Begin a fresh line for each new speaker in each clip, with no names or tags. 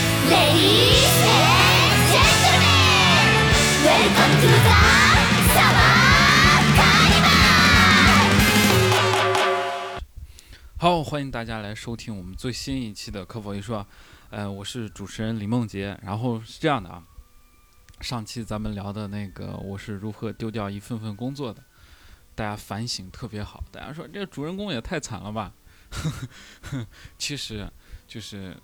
Ladies and gentlemen, welcome to the Summer Carnival.
好，欢迎大家来收听我们最新一期的《可否一说》。呃，我是主持人李梦洁。然后是这样的啊，上期咱们聊的那个我是如何丢掉一份份工作的，大家反省特别好。大家说这个主人公也太惨了吧？ 其实就是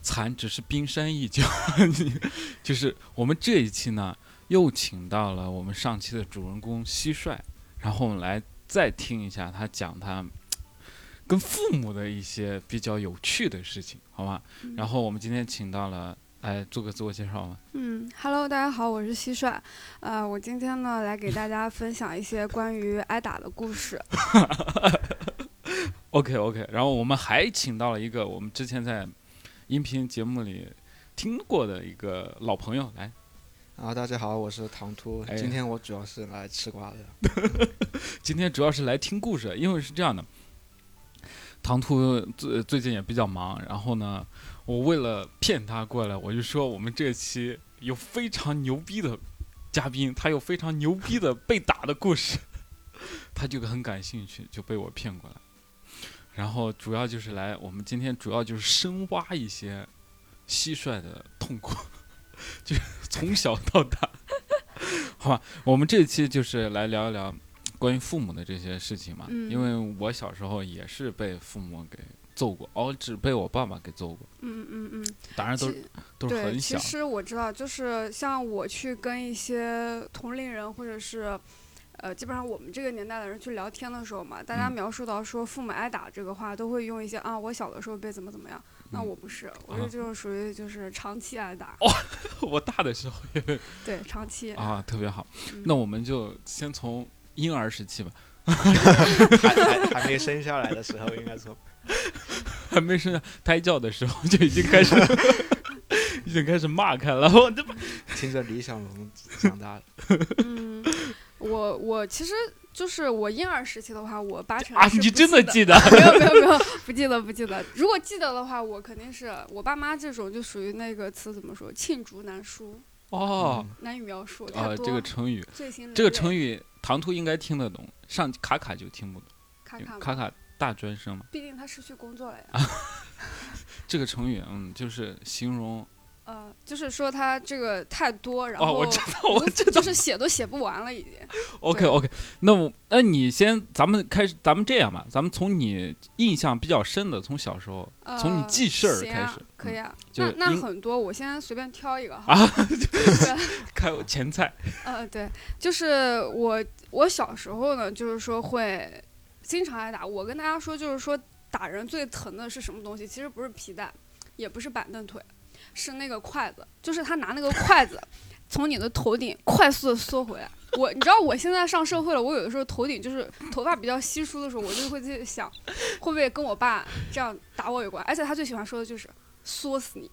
惨只是冰山一角。 你就是我们这一期呢，又请到了我们上期的主人公蟋蟀，然后我们来再听一下他讲他跟父母的一些比较有趣的事情，好吗？然后我们今天请到了，来做个自我介绍吧。
嗯，Hello，大家好，我是蟋蟀，呃，我今天呢来给大家分享一些关于挨打的故事。
OK OK，然后我们还请到了一个我们之前在音频节目里听过的一个老朋友来。
然
啊
后大家好，我是唐突，
哎
今天我主要是来吃瓜的。
今天主要是来听故事，因为是这样的，唐突最最近也比较忙，然后呢，我为了骗他过来，我就说我们这期有非常牛逼的嘉宾，他有非常牛逼的被打的故事， 他就很感兴趣，就被我骗过来。然后主要就是来，我们今天主要就是深挖一些蟋蟀的痛苦， 就是从小到大， 好吧？我们这期就是来聊一聊关于父母的这些事情嘛，
嗯
因为我小时候也是被父母给揍过，哦，只被我爸爸给揍过，
嗯嗯嗯，
当然都是
其
都是
对，
很
其
小，
实我知道，就是像我去跟一些同龄人或者是。呃，基本上我们这个年代的人去聊天的时候嘛，大家
嗯
描述到说父母挨打这个话，都会用一些啊，我小的时候被怎么怎么样。那
嗯
我不是，我
啊
是就是属于就是长期挨打，
我大的时候也被
对，长期。
啊，特别好。
嗯
那我们就先从婴儿时期吧，
还还还没生下来的时候，应该说，
还没生下胎教的时候就已经开 始，已经开始骂开了。我这
听着李小龙长大了。
嗯，我我其实就是我婴儿时期的话，我八成
啊，
是
你
不
真的
记
记 得？
没有没有没有，不记得不记得。如果记得的话，我肯定是我爸妈这种就属于那个词怎么说，罄竹难书，
哦，
难以描述，太
啊，
嗯多。
这个成语，
最新
这个成语唐突应该听得懂，上卡卡就听不懂，
卡
因为
卡嘛，
卡卡大专生嘛。
毕竟他失去工作了
啊
呀。
这个成语，嗯，就是形容
呃，就是说他这个太多，然
哦，
后
我知道，我
无
知道
就。是写都写不完了已经。
OK
对
OK，那我那你先，咱们开始，咱们这样吧，咱们从你印象比较深的，从小时候
呃、
从你记事儿
行
开
啊
始嗯
可以啊。
就
那
是
那
因
很多，我先随便挑一个哈。
啊，
对
开前菜，
呃，对，就是我我小时候呢，就是说会经常挨打。我跟大家说，就是说打人最疼的是什么东西？其实不是皮带，也不是板凳腿，是那个筷子。就是他拿那个筷子从你的头顶快速的缩回来。我你知道我现在上社会了，我有的时候头顶就是头发比较稀疏的时候，我就会去想，会不会跟我爸这样打我有关？而且他最喜欢说的就是缩死你，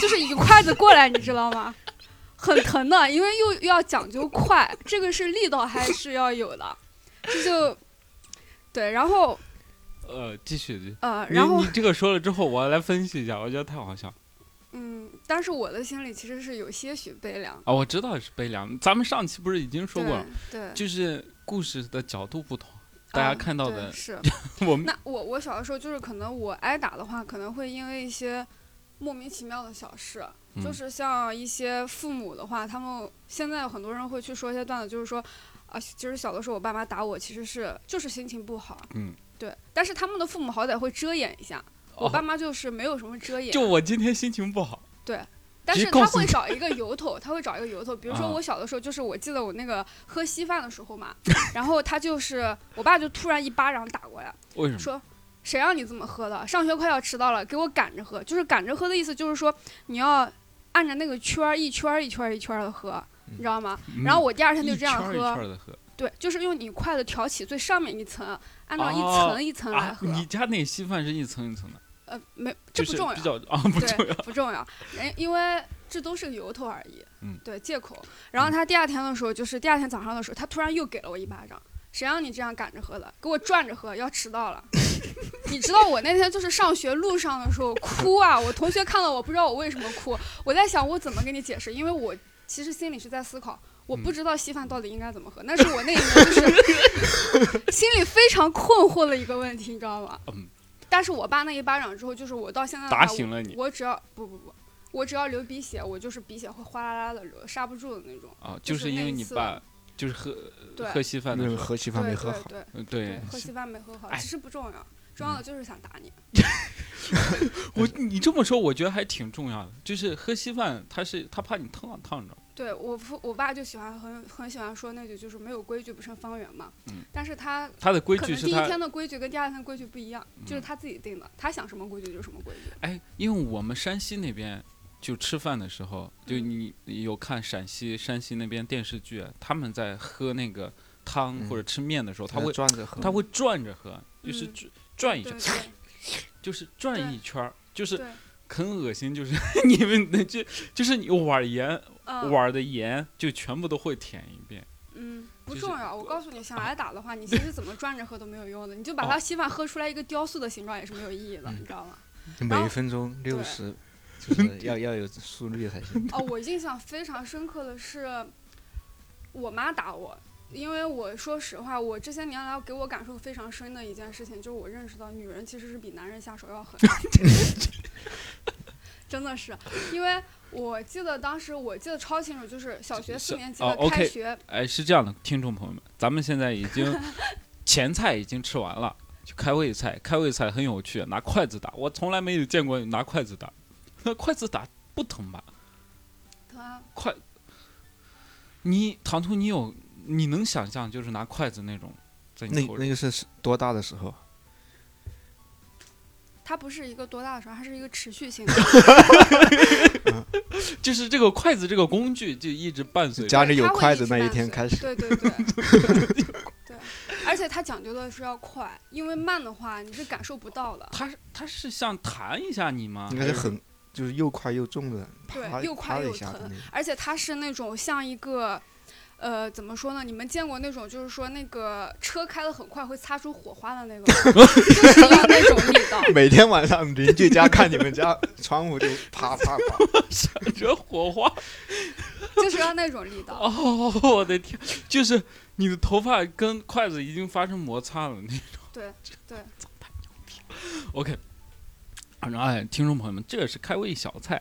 就是一筷子过来，你知道吗？很疼的，因为又又要讲究快，这个是力道还是要有的，这就对。然后
呃，继续。继续
呃，
你
然后
你这个说了之后，我来分析一下，我觉得太好笑了
嗯，但是我的心里其实是有些许悲凉。
啊！我知道是悲凉，咱们上期不是已经说过了，
对，对，
就是故事的角度不同，大家
嗯
看到
对
的
是
我们
那我我小的时候就是可能我挨打的话，可能会因为一些莫名其妙的小事，就
嗯
是像一些父母的话，他们现在很多人会去说一些段子，就是说啊，其实小的时候我爸妈打我，其实是就是心情不好，
嗯，
对。但是他们的父母好歹会遮掩一下，我爸
哦，
妈就是没有什么遮掩，
就我今天心情不好，
但
直
是
接告
他
诉
会
你
找一个由头，他会找一个由头。比如说
啊
我小的时候，就是我记得我那个喝稀饭的时候嘛，然后他就是我爸就突然一巴掌打过来，
为什么？
说谁让你这么喝的？上学快要迟到了，给我赶着喝。就是赶着喝的意思，就是说你要按着那个圈儿一圈儿一圈儿一圈的喝，你知道吗？然后
我
我第二天就这样
嗯一圈儿一
喝，
圈的喝
对，就是用你筷子挑起最上面一层，按照一
哦
层一层嗯来
啊！
喝。
你家那稀饭是一层一层的，
呃，没，这
就
不
是
重要
比。较啊不重
对
要，，
不重要，人因为这都是个由头而已，
嗯
对，借口。然后他第二天的时候，就是第二天早上的时候，他突然又给了我一巴掌，谁让你这样赶着喝的，给我转着喝，要迟到了。 你知道我那天就是上学路上的时候哭啊，我同学看到我不知道我为什么哭，我在想我怎么跟你解释，因为我其实心里是在思考，我
嗯
不知道稀饭到底应该怎么喝，那是我那一年就是 心里非常困惑的一个问题，你知道吗？
嗯
但是我爸那一巴掌之后，就是我到现在的话
打醒了你
我我只要不不不，我只要流鼻血，我就是鼻血会哗啦啦的流，刹不住的那种。
啊，就
就
是是因
那
为
一
你
次
爸就是喝
对
喝稀饭的
那
时
个
候，
和稀饭
对
没喝
对
好，
对
嗯，
对
对，，
喝稀饭没喝好，
哎嗯
其实不重要，重要的就是想打你。
我你这么说，我觉得还挺重要的，就是喝稀饭，他是他怕你烫烫着，
对我父我爸就喜欢很很喜欢说那句就是没有规矩不成方圆嘛，
嗯
但是他
他的规
可
矩
能
是
第一
他
天的规矩跟第二天的规矩不一样，就是
嗯
他自己定的，他想什么规矩就是什么规矩。
哎，因为我们山西那边就吃饭的时候，就
嗯
你有看陕西、山西那边电视剧，啊他们在喝那个汤
嗯
或者吃面的时候，他
拿
会
转着喝，
他会转着喝，就是
嗯
转转一
对
圈，
对
就是转
对
一圈儿，就是
对，
很恶心，就是 你们那就就是你碗盐
嗯
碗的盐就全部都会舔一遍。
嗯不
就是
重要。我告诉你，想挨打的话，你其实怎么转着喝都没有用的，你就
哦
把它稀饭喝出来一个雕塑的形状也是没有意义的，你知道吗？
每一分钟六 十，就是要要有速率才行。
哦，我印象非常深刻的是，我妈打我，因为我说实话，我这些年来给我感受非常深的一件事情，就是我认识到女人其实是比男人下手要狠， 真的 是，因为我记得当时我记得超清楚，就是小学四
是
年级
哦
的开
，OK
学，
哎，是这样的，听众朋友们，咱们现在已经前菜已经吃完了，就开胃菜。开胃菜很有趣，拿筷子打，我从来没有见过有拿筷子打。那筷子打不疼吧？
她
筷，你唐突，你有你能想象就是拿筷子那种在
那
你头
那个是多大的时候？
她不是一个多大的时候，它是一个持续性的，
就是这个筷子这个工具就一直伴随着。
家里有
她会
筷
直
子那一
伴
天
随
开始，
对对对 对，而且它讲究的是要快，因为慢的话你是感受不到的。
他他是想弹一下你吗？
应该是
还
很啊就是又快又重的，
对
啪
又
啪
快
的一
又
下的
疼
那种。
而且它是那种像一个，呃，怎么说呢？你们见过那种就是说那个车开的很快会擦出火花的那个 吗，就是有那种力道。
每天晚上邻居家看你们家窗户就啪啪啪，
惹火花？
就是要那种力道。
哦，我的天，就是你的头发跟筷子已经发生摩擦了。那
对对，
OK，然后哎，听众朋友们，这是开胃小菜。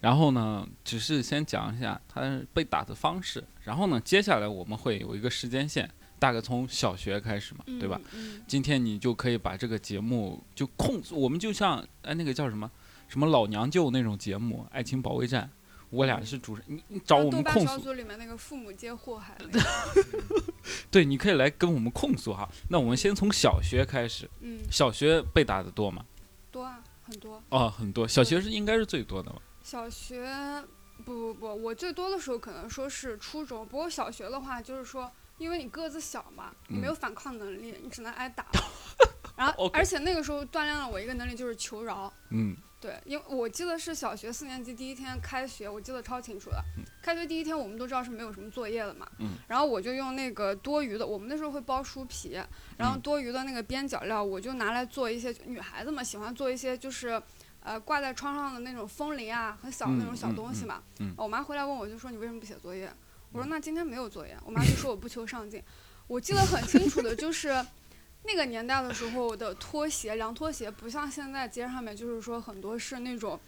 然后呢，只是先讲一下他被打的方式。然后呢，接下来我们会有一个时间线，大概从小学开始嘛，
嗯
对吧？？
嗯，
今天你就可以把这个节目就控，我们就像哎那个叫什么什么老娘舅那种节目《爱情保卫战》，我
嗯
俩是主持，你你找
像
我们
豆
控
瓣小
诉，
组里面那个父母皆祸害 那个，
对，你可以来跟我们控诉哈。那我们先从小学开始，
嗯，
小学被打的多吗？
多啊，很多。
哦，很多，小学是应该是最多的吧？
小学不不不，我最多的时候可能说是初中，不过小学的话就是说，因为你个子小嘛，你没有反抗能力，你只能挨打。然后，
OK
而且那个时候锻炼了我一个能力，就是求饶。
嗯，
对，因为我记得是小学四年级第一天开学，我记得超清楚的。开学第一天，我们都知道是没有什么作业的嘛。
嗯
然后我就用那个多余的，我们那时候会包书皮，然后
嗯
多余的那个边角料，我就拿来做一些女孩子们喜欢做一些就是，呃，挂在窗上的那种风铃啊，很小的那种
嗯
小
嗯
东西嘛。
嗯嗯嗯
我妈回来问我就说你为什么不写作业？我说那今天没有作业。我妈就说我不求上进。我记得很清楚的就是。那个年代的时候的拖鞋，凉拖鞋不像现在街上面，就是说很多是那种，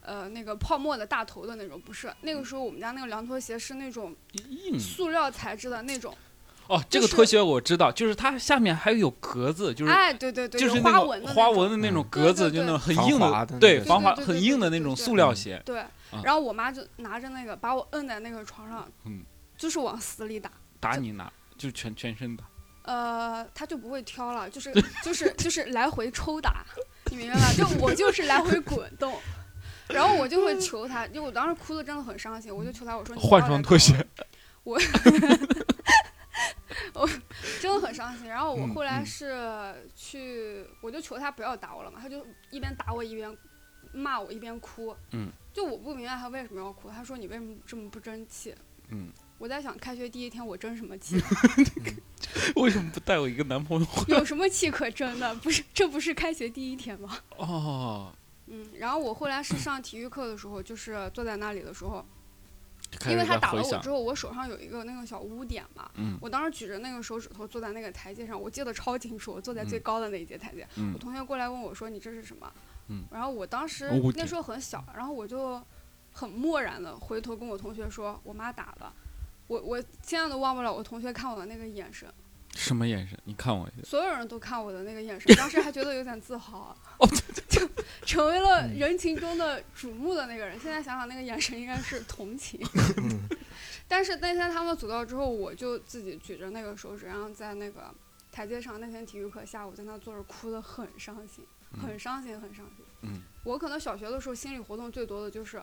呃，那个泡沫的大头的那种，不是。那个时候我们家那个凉拖鞋是那种
硬
塑料材质的那种，
哦，这
就
个
是
拖鞋我知道，就是它下面还有格子，就是、
哎，对对对，
就是
有
那
花
个
纹的那
花
种
纹的那种
嗯
格
对
子，
对
就那种很
防
硬
滑的那
对
种
防滑
对对对
很硬的
对
那种
对
塑料鞋。
对，然后我妈就拿着那个把我摁在那个床上，
嗯
就是往死里打，
打你哪就全全身打，
呃，她就不会挑了，就是 就是就是来回抽打，你明白吧？就我就是来回滚 动，然后我就会求她，因为我当时哭的真的很伤心，我就求她，我说你不
换
要
双
来
拖
打
鞋
我，真的很伤心。然后我
嗯
后来
嗯
是去，我就求他不要打我了嘛，他就一边打我一边骂我一边哭。
嗯，
就我不明白他为什么要哭，他说你为什么这么不争气？
嗯，
我在想，开学第一天我争什么气？
为什么不带我一个男朋友？
有什么气可争的？不是，这不是开学第一天吗？
哦，
嗯，然后我后来是上体育课的时候，就是坐在那里的时候，
开
因为
始
他
在
打
回
了我
想
之，后，我手上有一个那个小污点嘛，
嗯
我当时举着那个手指头坐在那个台阶上，我记得超清楚，我坐在最
嗯
高的那一节台阶。我
嗯
同学过来问我说：“你这是什么？”
嗯
然后我当时
哦我
那时候很小，然后我就很漠然的回头跟我同学说：“我妈打的。”我我现在都忘不了我同学看我的那个眼神，
什么眼神？你看我一下。
所有人都看我的那个眼神，当时还觉得有点自豪、啊，
哦
就成为了
嗯
人群中的瞩目的那个人。现在想想，那个眼神应该是 同情。
嗯
但是那天他们组到之后，我就自己举着那个手指，然后在那个台阶上。那天体育课下午在那坐着，哭得很伤心，很伤心，很伤心。
嗯
我可能小学的时候心理活动最多的就是，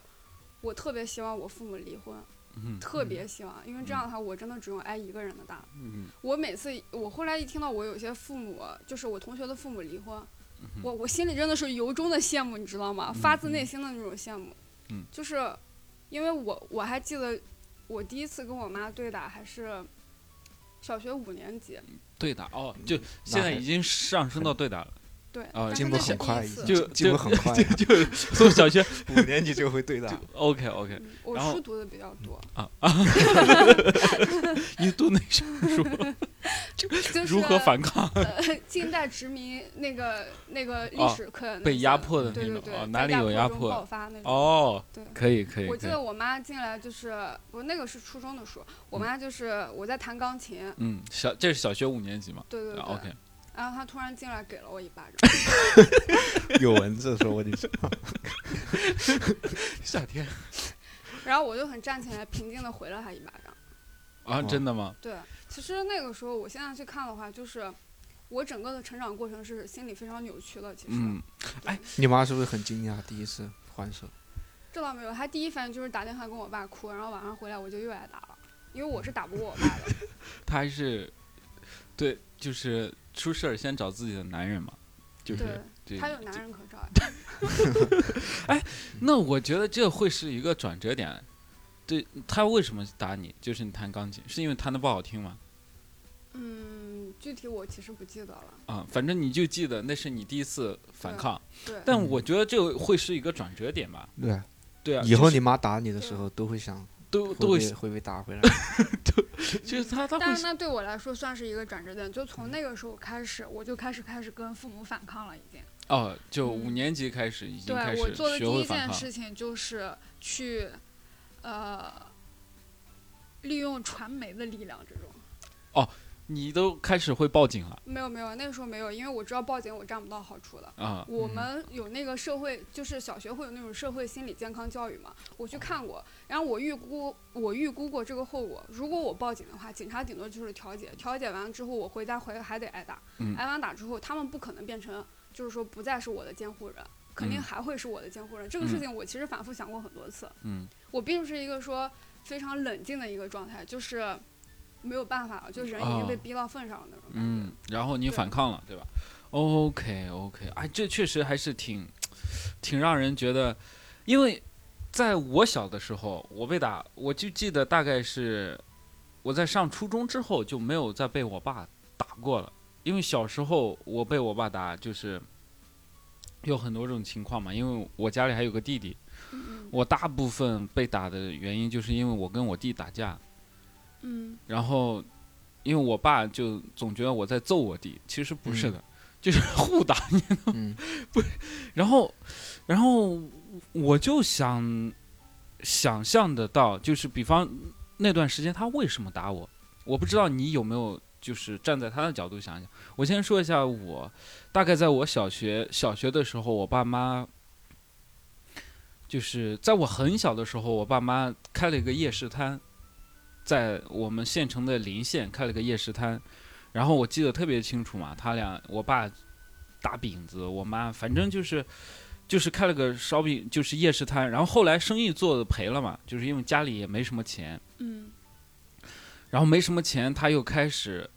我特别希望我父母离婚，
嗯
特别希望，因为这样的话我真的只用挨一个人的打。
嗯
我每次我后来一听到我有些父母，就是我同学的父母离婚，
嗯
我我心里真的是由衷的羡慕，你知道吗？发自内心的那种羡慕。
嗯
就是因为我我还记得我第一次跟我妈对打还是小学五年级，
对打哦，就现在已经上升到对打了，
对，
哦
但是
进
那
步
是
很快
第一次。
就
进步很 快，
就 从小学
五年级就会对打。
OK OK，
嗯我
然后
书读的比较多，
你读哪什么 书？
就是
嗯如何反抗
呃近代殖民那个那个历
哦
史课那
被
些
压
的
迫的
对
那
对
种
对
哦，
在
哪里有
压
压
中
迫
爆发那种
哦？
对。
可以可以，
我记
可以
得我妈进来就是，我那个是初中的书，我妈就是我在弹钢琴，
嗯，小这是小学五年级嘛
对对对。
啊？OK，
然后她突然进来给了我一巴掌，
有蚊子说我你说，
夏天啊
然后我就很站起来，平静的回了她一巴掌。
啊，
哦
真的吗？
对，其实那个时候，我现在去看的话，就是我整个的成长过程是心理非常扭曲的。其实、
嗯，
你妈是不是很惊讶？第一次还手，
这倒没有，她第一反应就是打电话跟我爸哭，然后晚上回来我就又挨打了，因为我是打不过我爸的。
他还是对，就是出事儿先找自己的男人嘛， 就是
对，
对
她有男人可找 呀。
那我觉得这会是一个转折点。对他为什么打你？就是你弹钢琴，是因为弹的不好听吗？
嗯，具体我其实不记得了。
啊，反正你就记得那是你第一次反
对嗯
抗，
对，
但我觉得这会是一个转折点吧。
对啊，
对啊，
以后
就是
你妈打你的时候都会想，
都
会
都
不
会
会，会被打回来？
就是他他
但
会
是那对我来说算是一个转折点，就从那个时候开始，我就开始开始跟父母反抗了，已经。
哦，就
嗯
五年级开始已经开
对我
始
做的第
学会
一
反
件
抗，
事情就是去，呃，利用传媒的力量这种。
你都开始会报警了
没有没有，那个时候没有，因为我知道报警我占不到好处的。
啊？
我们有那个社会，就是小学会有那种社会心理健康教育嘛，我去看过，然后我预估我预估过这个后果，如果我报警的话，警察顶多就是调解，调解完之后我回家回还得挨打，
嗯
挨完打之后他们不可能变成就是说不再是我的监护人，肯定
嗯
还会是我的监护人。这个事
嗯
情我其实反复想过很多次，
嗯
我并不是一个说非常冷静的一个状态，就是没有办法了，就人已经被
哦
逼到份上了那种感觉。
嗯，然后你
对
反抗了，对吧？OK OK，哎，这确实还是挺挺让人觉得，因为在我小的时候，我被打，我就记得大概是我在上初中之后就没有再被我爸打过了，因为小时候我被我爸打就是有很多种情况嘛，因为我家里还有个弟弟，
嗯
我大部分被打的原因就是因为我跟我弟打架，
嗯
然后因为我爸就总觉得我在揍我弟，其实不是的，就是互打。
嗯，
然后，然后我就想想象得到，就是比方那段时间他为什么打我，我不知道你有没有。就是站在他的角度想一想，我先说一下我，大概在我小学小学的时候，我爸妈就是在我很小的时候，我爸妈开了一个夜市摊，在我们县城的邻县开了个夜市摊，然后我记得特别清楚嘛，他俩我爸打饼子，我妈反正就是就是开了个烧饼，就是夜市摊，然后后来生意做的赔了嘛，就是因为家里也没什么钱，
嗯
然后没什么钱，他又开始。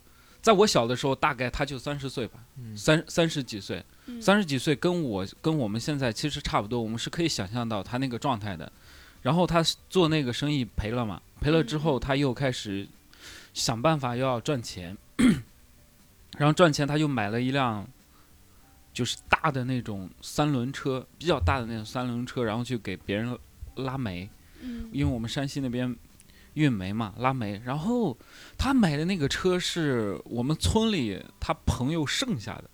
在我小的时候，大概他就三十岁吧，
嗯
三三十几岁，
嗯
三十几岁跟我跟我们现在其实差不多，我们是可以想象到他那个状态的。然后他是做那个生意赔了嘛，赔了之后他又开始想办法又要赚钱，然后赚钱他又买了一辆就是大的那种三轮车，比较大的那种三轮车，然后去给别人拉煤，
嗯，
因为我们山西那边运煤嘛，拉煤。然后他买的那个车是我们村里他朋友剩下的，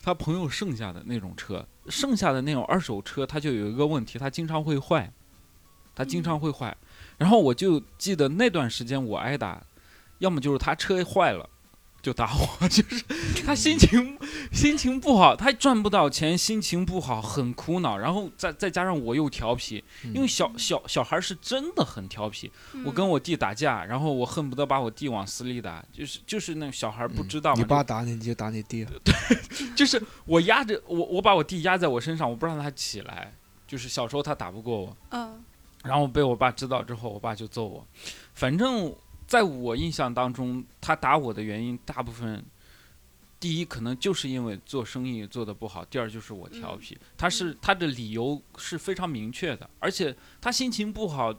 他朋友剩下的那种车，剩下的那种二手车，它就有一个问题，它经常会坏，它经常会坏。然后我就记得那段时间我挨打，要么就是他车坏了。就打我， 就是他心情心情不好，他赚不到钱，心情不好，很苦恼。然后再再加上我又调皮，因为小小小孩儿是真的很调皮。
嗯
我跟我弟打架，然后我恨不得把我弟往死里打，就是就是那小孩儿不知道
嗯你
嘛，
爸打你，你就打你弟，啊
就是我压着我我把我弟压在我身上，我不让他起来。就是小时候他打不过我，
嗯
然后被我爸知道之后，我爸就揍我。反正在我印象当中，他打我的原因大部分，第一可能就是因为做生意做得不好，第二就是我调皮。他是他的理由是非常明确的，而且他心情不好，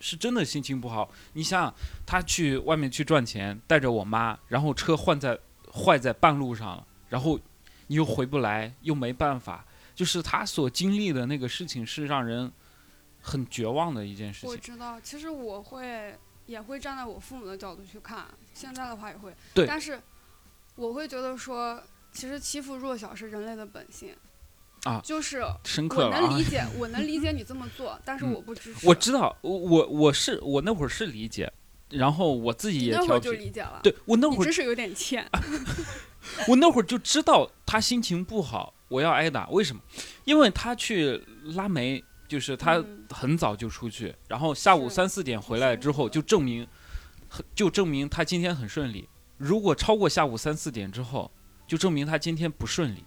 是真的心情不好。你想想，他去外面去赚钱，带着我妈，然后车换在坏在半路上了，然后你又回不来，又没办法。就是他所经历的那个事情是让人很绝望的一件事
我
情。
知道，其实我会也会站在我父母的角度去看，现在的话也会，
对
但是我会觉得说，其实欺负弱小是人类的本性
啊
就是
深刻
我
了
能
啊
理！解，我能 理解你这么做，但是
嗯
我不支持。
我知道，我我我是我那会儿是理解，然后我自己
你
也
那会
调
儿就
皮。
理解了，
对我啊那
你
会
真
儿，
是有点欠。
我那会儿就知道他心情不好，我要挨打。为什么？因为他去拉煤，就是他
嗯
很早就出去，然后下午
是
三四点回来之后，
辛苦
就证明，就证明他今天很顺利。如果超过下午三四点之后，就证明他今天不顺利。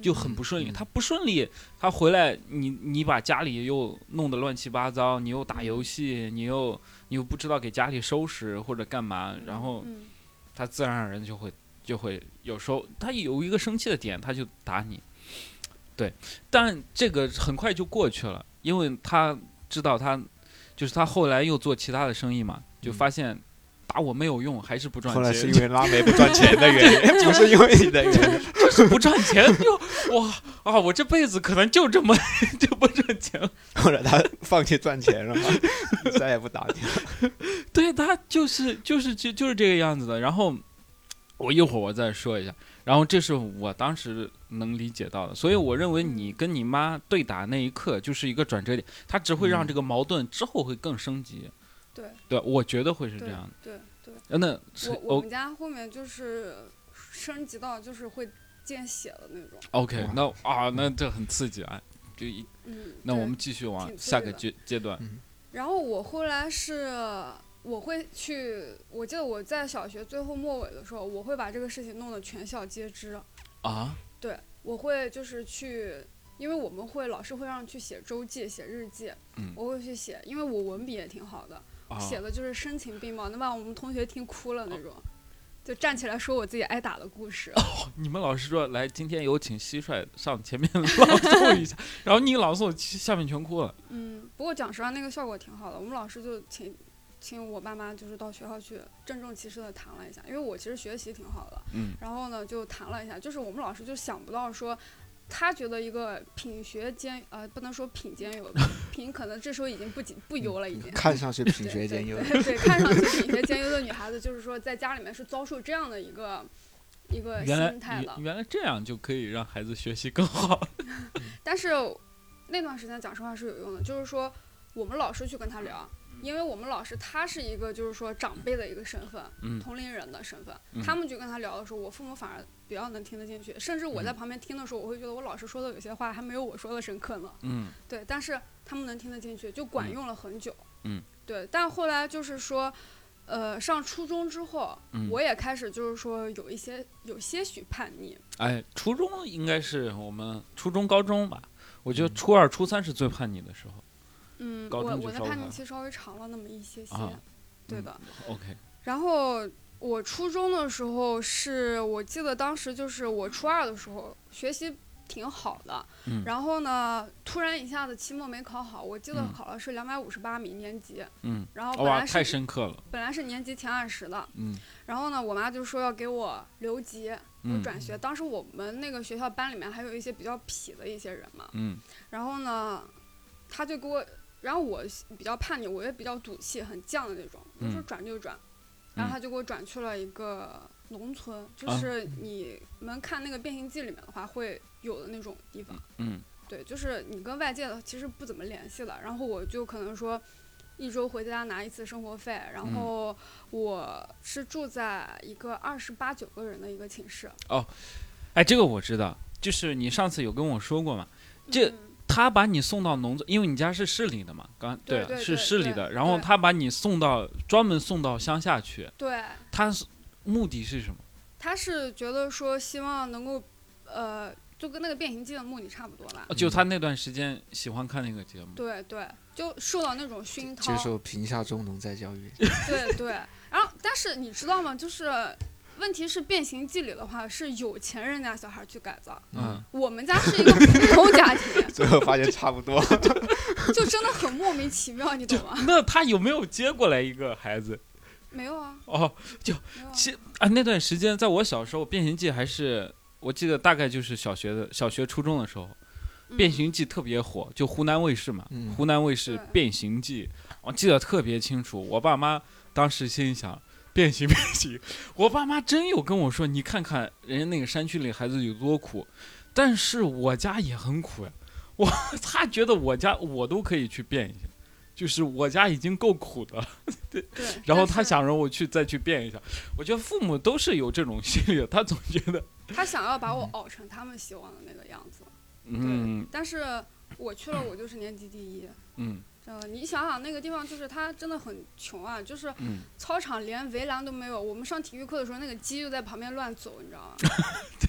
就很不顺利。
嗯
他不顺利，他回来你你把家里又弄得乱七八糟，你又打
嗯
游戏，你又你又不知道给家里收拾或者干嘛，然后
嗯
他自然而然就会就会有时候他有一个生气的点，他就打你。对，但这个很快就过去了，因为他知道他就是他后来又做其他的生意嘛，就
嗯
发现打我没有用，还是不赚
后
钱。
来是因为拉煤不赚钱的原 因，不是因为你的原因。
不赚钱就哇啊！我这辈子可能就这么 就不赚钱了。
或者他放弃赚钱了吗？再也不打你了。
对他就是就是就就是这个样子的。然后我一会儿我再说一下。然后这是我当时能理解到的，所以我认为你跟你妈对打那一刻就是一个转折点，它只会让
嗯
这个矛盾之后会更升级。
嗯对
对，我觉得会是这
对
样的。
对对，
呃那是
我我
哦
们家后面就是升级到就是会见血的那种。
，OK，
哇
那啊，那这很刺激啊！就一
嗯，
那我
对
们继续往
挺刺
下
激
个
的
阶阶段。
然后我后来是我会去，我记得我在小学最后末尾的时候，我会把这个事情弄得全校皆知。
啊，
对，我会就是去，因为我们会老师会让去写周记、写日记，
嗯
我会去写，因为我文笔也挺好的，
啊
写的就是声情并茂，能把我们同学听哭了那种。就站起来说我自己挨打的故事，
你们老师说来，今天有请蟋蟀上前面 朗诵一下，然后你一朗诵，其下面全哭了。
嗯，不过讲实话那个效果挺好的，我们老师就请请我爸妈就是到学校去郑重其事的谈了一下，因为我其实学习挺好的，
嗯
然后呢就谈了一下，就是我们老师就想不到说，他觉得一个品学兼呃不能说品兼有 品，可能这时候已经不仅不优了，已经。
嗯看上去品
对
学兼优
对，对对，看上去品学兼优的女 孩子，就是说在家里面是遭受这样的一个一个
原来
心态的
原。原来这样就可以让孩子学习更好。
但是那段时间讲实话是有用的，就是说我们老师去跟他聊，
嗯
因为我们老师他是一个就是说长辈的一个身份，
嗯
同龄人的身份，
嗯
他们去跟他聊的时候，我父母反而比较能听得进去，甚至
嗯
我在旁边听的时候，我会觉得我老师说的有些话还没有我说的深刻呢。
嗯
对，但是他们能听得进去，就管
嗯
用了很久。
嗯，
对，但后来就是说。呃，上初中之后，
嗯，
我也开始就是说有一些有些许叛逆，
哎，初中应该是我们初中、高中吧。我觉得初二、初三是最叛逆的时候。
嗯，
高
我
中就
我的
稍微
叛
好
逆期稍微长了那么一些些，
啊
对
嗯
的。
OK，
然后我初中的时候是，我记得当时就是我初二的时候学习挺好的，
嗯
然后呢，突然一下子期末没考好，我记得
嗯
考了是两百五十八米年级，
嗯，
然哦后本
哇，
来
太
是
深刻了，
本来是年级前二十的，
嗯
然后呢，我妈就说要给我留级，我
嗯
转学。当时我们那个学校班里面还有一些比较痞的一些人嘛，
嗯
然后呢，她就给我，然后我比较叛逆，我也比较赌气，很犟的那种，我说
嗯
转就转，然后
嗯
她就给我转去了一个农村，就
啊
是你们看那个《变形记》里面的话会有的那种地方。
嗯
对，就是你跟外界的其实不怎么联系了。然后我就可能说，一周回家拿一次生活费。然
嗯
后我是住在一个二十八九个人的一个寝室。
哎，这个我知道，就是你上次有跟我说过嘛，这
嗯
他把你送到农村，因为你家是市里的嘛，刚
对
啊
对
是
对
市里
对
的，然后
对
他把你送到专门送到乡下去，
对，
他是目的是什么？
他是觉得说希望能够，呃，就跟那个《变形记》的目的差不多吧。
哦就他那段时间喜欢看那个节目，
对对，就受到那种熏陶
接。受贫下中农再教育，
对对，然后但是你知道吗？就是问题是《变形记》里的话是有钱人家小孩去改造，
嗯，
我们家是一个普通家庭。
最后发现差不多。
就真的很莫名其妙，你懂吗？
那他有没有接过来一个孩子？
没有啊，
哦，
没有啊。
其啊，那段时间在我小时候，《变形记》还是我记得大概就是小学的小学初中的时候，
嗯
变形记》特别火，就湖南卫视嘛，
嗯
湖南卫视《
对
变形记》，我记得特别清楚。我爸妈当时心里想。变形 变形，我爸妈真有跟我说，你看看人家那个山区里孩子有多苦，但是我家也很苦呀。我 他觉得我家我都可以去变一下，就是我家已经够苦的了，
对，
然后
但
他
是
想让我去再去变一下，我觉得父母都是有这种心理的，他总觉 得，
他想要把我熬成他们希望的那个样子，
嗯
但是我去了，我就是年级第一。
嗯
呃，你想想那个地方，就是他真的很穷啊，就是
嗯，
操场连围栏都没有。我们上体育课的时候，那个鸡就在旁边乱走，你知道吗？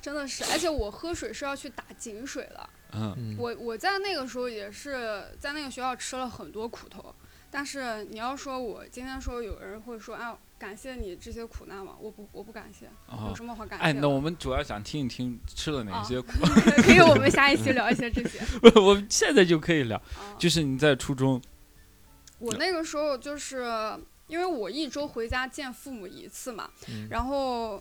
真的是，而且我喝水是要去打井水的。
嗯
嗯，
我我在那个时候也是在那个学校吃了很多苦头，但是你要说我今天说有人会说啊，感谢你这些苦难吗？我不我不感谢，有
哦，
什么好感谢的？
哎，那我 们主要想听一听吃了哪
哦
些苦，
可以，我们下一期聊一 些这些。
我们现在就可以聊，
啊，
就是你在初中，
我那个时候就是因为我一周回家见父母一次嘛，
嗯
然后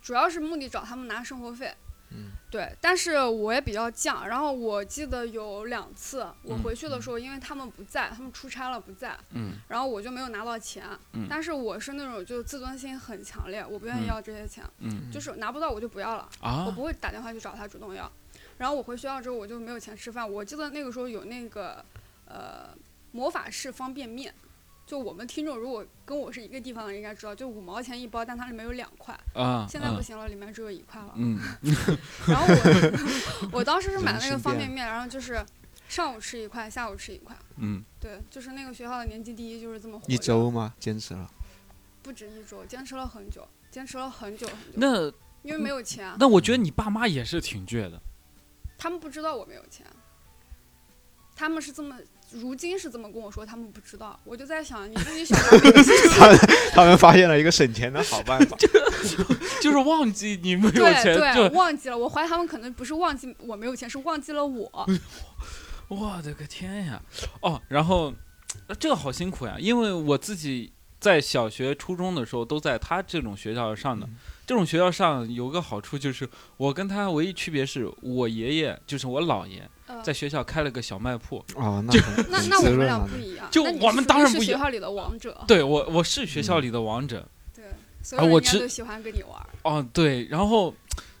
主要是目的找他们拿生活费。
嗯
对，但是我也比较犟。然后我记得有两次，我
嗯
回去的时候，因为他们不在，他们出差了不在，
嗯
然后我就没有拿到钱。
嗯
但是我是那种就自尊心很强烈，我不愿
嗯
意要这些钱，
嗯
就是拿不到我就不要了，我
啊，
不会打电话去找他主动要。然后我回学校之后我就没有钱吃饭，我记得那个时候有那个呃魔法式方便面。就我们听众如果跟我是一个地方的，应该知道，就五毛钱一包，但它里面有两块，
啊，
现在不行了，里面只有一块了。
嗯，
然后我 我当时是买
人
那
生
个方
变
便面，然后就是上午吃一块，下午吃一块，
嗯
对，就是那个学校的年级第一就是这么火
一
的
周吗？坚持了，
不止一周，坚持了很久，坚持了很久很久。
那
因为没有钱，啊
那我觉得你爸妈也是挺倔的，
他们不知道我没有钱，他们是这么，如今是这么跟我说，他们不知道。我就在想，你自己小 时候没有钱
他们发现了一个省钱的好办法，
就是忘记你没有
对
钱，
对，
就
忘记了。我怀疑他们可能不是忘记我没有钱，是忘记了我。
我的个天呀，哦，然后呃这个好辛苦呀，因为我自己在小学、初中的时候都在他这种学校上的。这种学校上有个好处就是，我跟他唯一区别是我爷爷，就是我姥爷，
呃
在学校开了个小卖铺。
哦，那很
那
很
那我
滋
们
润
俩
啊
不一样，
就
那你
我
是
们
属
当
于
然
是
不一
学
样
校里的王者，
对我，我是学校里的王者。
对，所有
哎
人
我
应该
知
都喜欢跟你玩儿。
哦，对，然后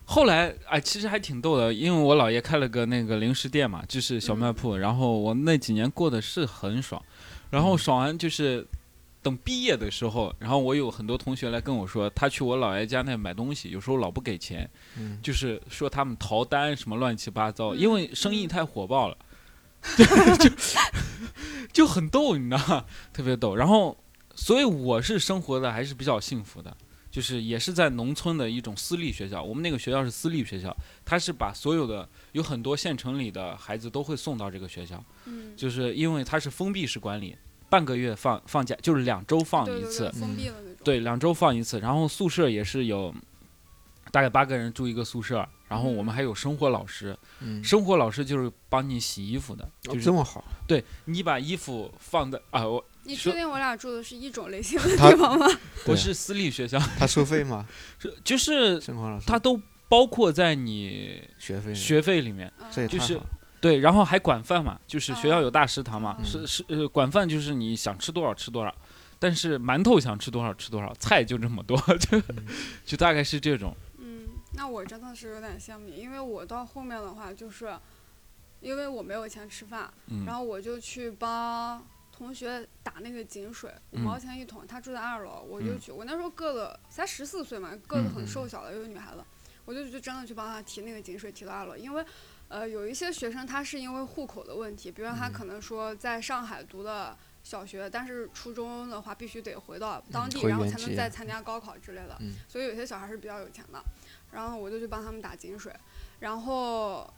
后来哎，其实还挺逗的，因为我姥爷开了个那个零食店嘛，就是小卖铺。然后我那几年过得是很爽，然后爽完就是。等毕业的时候，然后我有很多同学来跟我说，他去我姥爷家那买东西，有时候老不给钱，
嗯，
就是说他们逃单什么乱七八糟，因
嗯
为生意
嗯
太火爆了， 就就很逗，你知道吗？特别逗。然后，所以我是生活的还是比较幸福的，就是也是在农村的一种私立学校。我们那个学校是私立学校，它是把所有的有很多县城里的孩子都会送到这个学校，
嗯，
就是因为它是封闭式管理，半个月放放假，就是两周放
对
一
对
次
对，，封
嗯
闭的那种。
对，两周放一次，然后宿舍也是有大概八个人住一个宿舍，然后我们还有生活老师，
嗯，
生活老师就是帮你洗衣服的，
哦
就
这
是
么好，
对你把衣服放在啊，我
你
说
确定我俩住的是一种类型的
他
地方吗？
对
我
啊
是私立学校，
他收费吗？
是就是
生活老师
它都包括在你
学费呢
学费里面，
嗯
这也
就
太
是
好了
对，然后还管饭嘛，就是学校有大食堂嘛，
嗯
是是呃，管饭就是你想吃多少吃多少，但是馒头想吃多少吃多少，菜就这么多，就、
嗯
就大概是这种。
嗯，那我真的是有点羡慕你，因为我到后面的话，就是因为我没有钱吃饭，
嗯
然后我就去帮同学打那个井水，五
嗯
毛钱一桶。他住在二楼，我就
嗯
去。我那时候个子才十四岁嘛，个子
嗯嗯
很瘦小的一个女孩子，我就就真的去帮她提那个井水，提到二楼，因为。呃，有一些学生他是因为户口的问题，比如说他
嗯
可能说在上海读的小学，但是初中的话必须得回到当地，
嗯回
然后
原
才能
籍
再参加高考之类的。
嗯
所以有些小孩是比较有钱的，然后我就去帮他们打井水，然后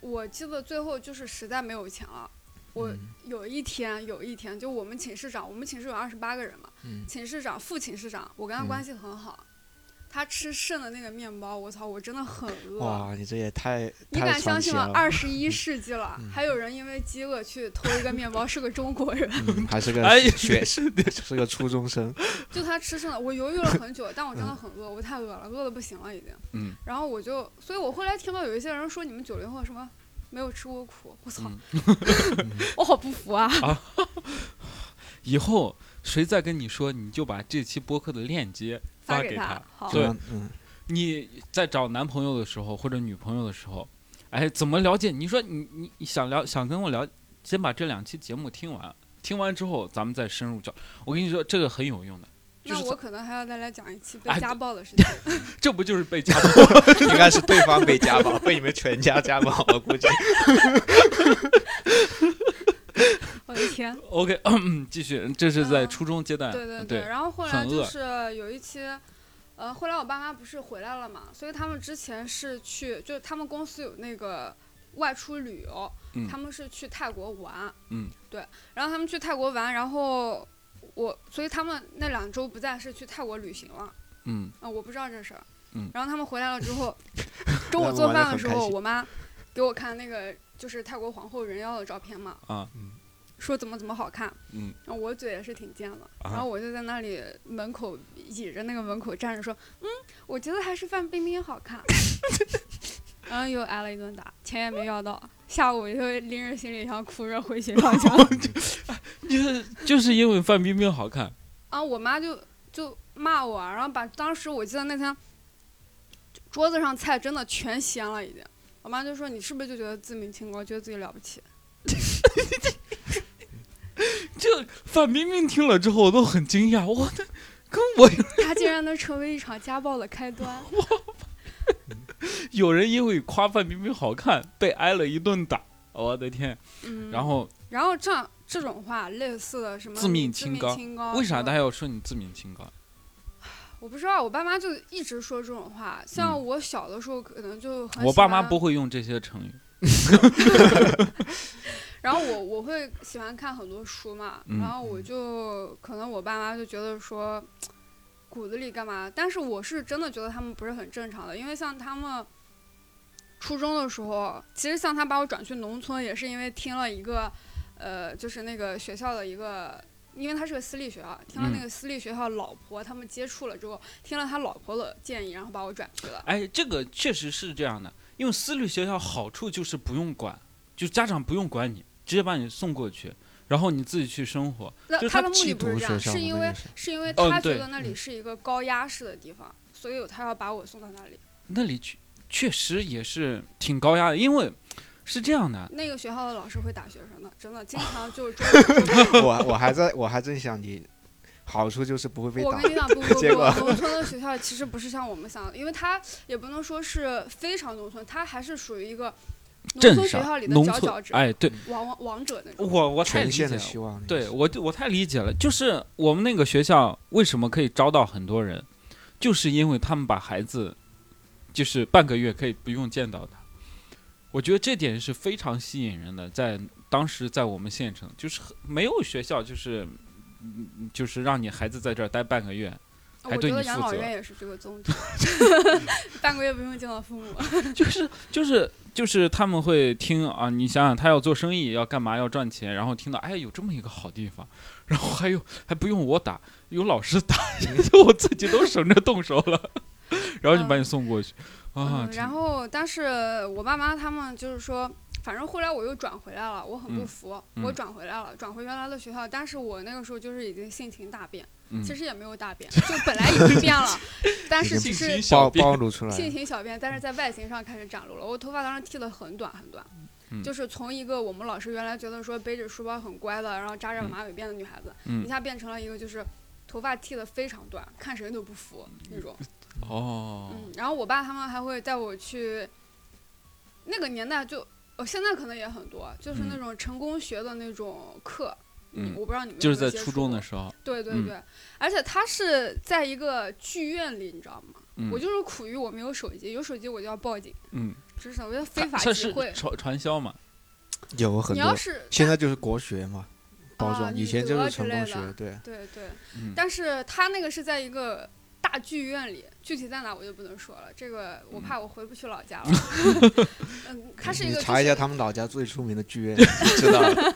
我记得最后就是实在没有钱了，我
嗯
有一天有一天就我们寝室长，我们寝室有二十八个人嘛，
嗯
寝室长副寝室长，我跟他
嗯
关系很好。他吃剩的那个面包，我操，我真的很
嗯
饿。
哇，你这也太
你
太
敢
传
相
奇
信吗？
了
二十一世纪了，
嗯
还有人因为饥饿去偷一个面包，是个中国人。
嗯还是个
哎呀
学 是个初中生，
就他吃剩的，我犹豫了很久，但我真的很饿，我太饿了，饿的不行了已经。
嗯
然后我就，所以我后来听到有一些人说你们九零后什么没有吃过苦，我操，
嗯，
我好不服啊！
以后谁再跟你说，你就把这期播客的链接发
给
他。
好，
对
这样嗯，
你在找男朋友的时候或者女朋友的时候，哎，怎么了解？你说你你你想聊想跟我聊，先把这两期节目听完，听完之后咱们再深入交。我跟你说，这个很有用的，就
那
是
我可能还要再来讲一期被
哎
家暴的事情。
这不就是被家暴？
应该是对方被家暴，被你们全家家暴，我估计。
我的天，
OK，继嗯续，这是在
嗯
初中阶段，
对对
哎对
对。然后后来
很饿
就是有一期，呃，后来我爸妈不是回来了嘛，所以他们之前是去，就是他们公司有那个外出旅游，
嗯
他们是去泰国玩，
嗯，
对，然后他们去泰国玩，然后我，所以他们那两周不在是去泰国旅行了。
嗯
啊，我不知道这事儿。
嗯
然后他们回来了之后，中午
玩
做
玩得
饭的
很
时
开
候，
心
我妈给我看那个就是泰国皇后人妖的照片嘛，
啊，
说怎么怎么好看。
嗯，
然后我嘴也是挺贱的，然
啊
后我就在那里门口倚着那个门口站着说，嗯，我觉得还是范冰冰好看。 然后又挨了一顿打，钱也没要到，下午就拎着行李箱哭着回学校去了。
就是就是因为范冰冰好看，
啊，我妈就就骂我，啊然后把当时我记得那天桌子上菜真的全咸了，已经。我妈就说：“你是不是就觉得自命清高，觉得自己了不起
这范冰冰听了之后都很惊讶，我的跟我？”
她竟然能成为一场家暴的开 端。
有人因为夸范冰冰好看被挨了一顿打，我的天！
嗯，
然后
然后这样这种话类似的什么
自命
你
清高为啥大家要说你自命清高？
哦我不知道，我爸妈就一直说这种话。像我小的时候可能就很
嗯我
喜
爸妈
欢
不会用这些成语。
然后我我会喜欢看很多书嘛，
嗯
然后我就可能我爸妈就觉得说，骨子里干嘛？但是我是真的觉得他们不是很正常的，因为像他们初中的时候，其实像他把我转去农村，也是因为听了一个，呃，就是那个学校的一个。因为他是个私立学校，听了那
嗯
个私立学校老婆他们接触了之后，听了他老婆的建议，然后把我转去了。
哎，这个确实是这样的，因为私立学校好处就是不用管，就家长不用管你，直接把你送过去，然后你自己去生活。
那
就是
他
他
的目的
寄
不是
读
这
学
样，
校
是
嘛
因
那
为
个是
是因为
嗯
他觉
对
得那里是一个高压式的地方，所以他要把我送到那里。
那里确确实也是挺高压的，因为是这样的，
那个学校的老师会打学生的，真的经常就是周围 周围
我我还在我还正想你，好处就是不会被
我
打
跟，你讲，不不不，
结果
农村的学校其实不是像我们想的，因为它也不能说是非常农村，它还是属于一个农
镇
村学校
上
里的
农
佼
村
佼，者，
哎，哦对
王王王者那种。
我我太理
嗯全
解
县
了
的，希望。
对我就我太理解了，就是我们那个学校为什么可以招到很多人，就是因为他们把孩子就是半个月可以不用见到他，我觉得这点是非常吸引人的，在当时在我们县嗯城就是很没有学校就是嗯就是让你孩子在这儿待半个月，还
我
对
觉
你
得养
负
老
责。
院也是这个 宗旨， 半个月不用见到父母。
就是就是就是他们会听啊，你想想他要做生意要干嘛要赚钱，然后听到哎有这么一个好地方，然后还有还不用我打，有老师打， 我自己都省着动手了，然后就把你送过去啊
嗯，。然后但是我爸妈他们就是说，反正后来我又转回来了，我很不
嗯
服，
嗯
我转回来了，转回原来的学校，但是我那个时候就是已经性情大变，
嗯
其实也没 有大变，就本来已经变了，但是
已
只
性
是
情小
暴
变，
暴露出来
性
了，
情小变，但是在外形上开始展露了。我头发当时剃得很短很短，
嗯
就是从一个我们老师原来觉得说背着书包很乖的，然后扎着马尾辫的女孩子，
嗯
一下变成了一个就是头发剃得非常短，看谁都不服
嗯
那种。
哦，
嗯，然后我爸他们还会带我去，那个年代就。哦，现在可能也很多，啊就是那
嗯
种成功学的那种课，你
嗯
我不知道你们有
就是
没有
在
接
初
触
中
过
的时候，
对对
嗯
对，而且他是在一个剧院里，你知道吗？
嗯
我就是苦于我没有手机，有手机我就要报警，
嗯，
职场我要非法
这
集
是
会。
传传销嘛，
有很
你要
多。
是
现在就是国学嘛，包
啊
装，以
女
前就
德
是
之
成功
类的
学，对，
对对，
嗯
但是他那个是在一个大剧院里，具体在哪我就不能说了，这个
嗯
我怕我回不去老 家了。嗯，他是一
你
个、就是、
查一下他们老家最出名的剧院，
知道了，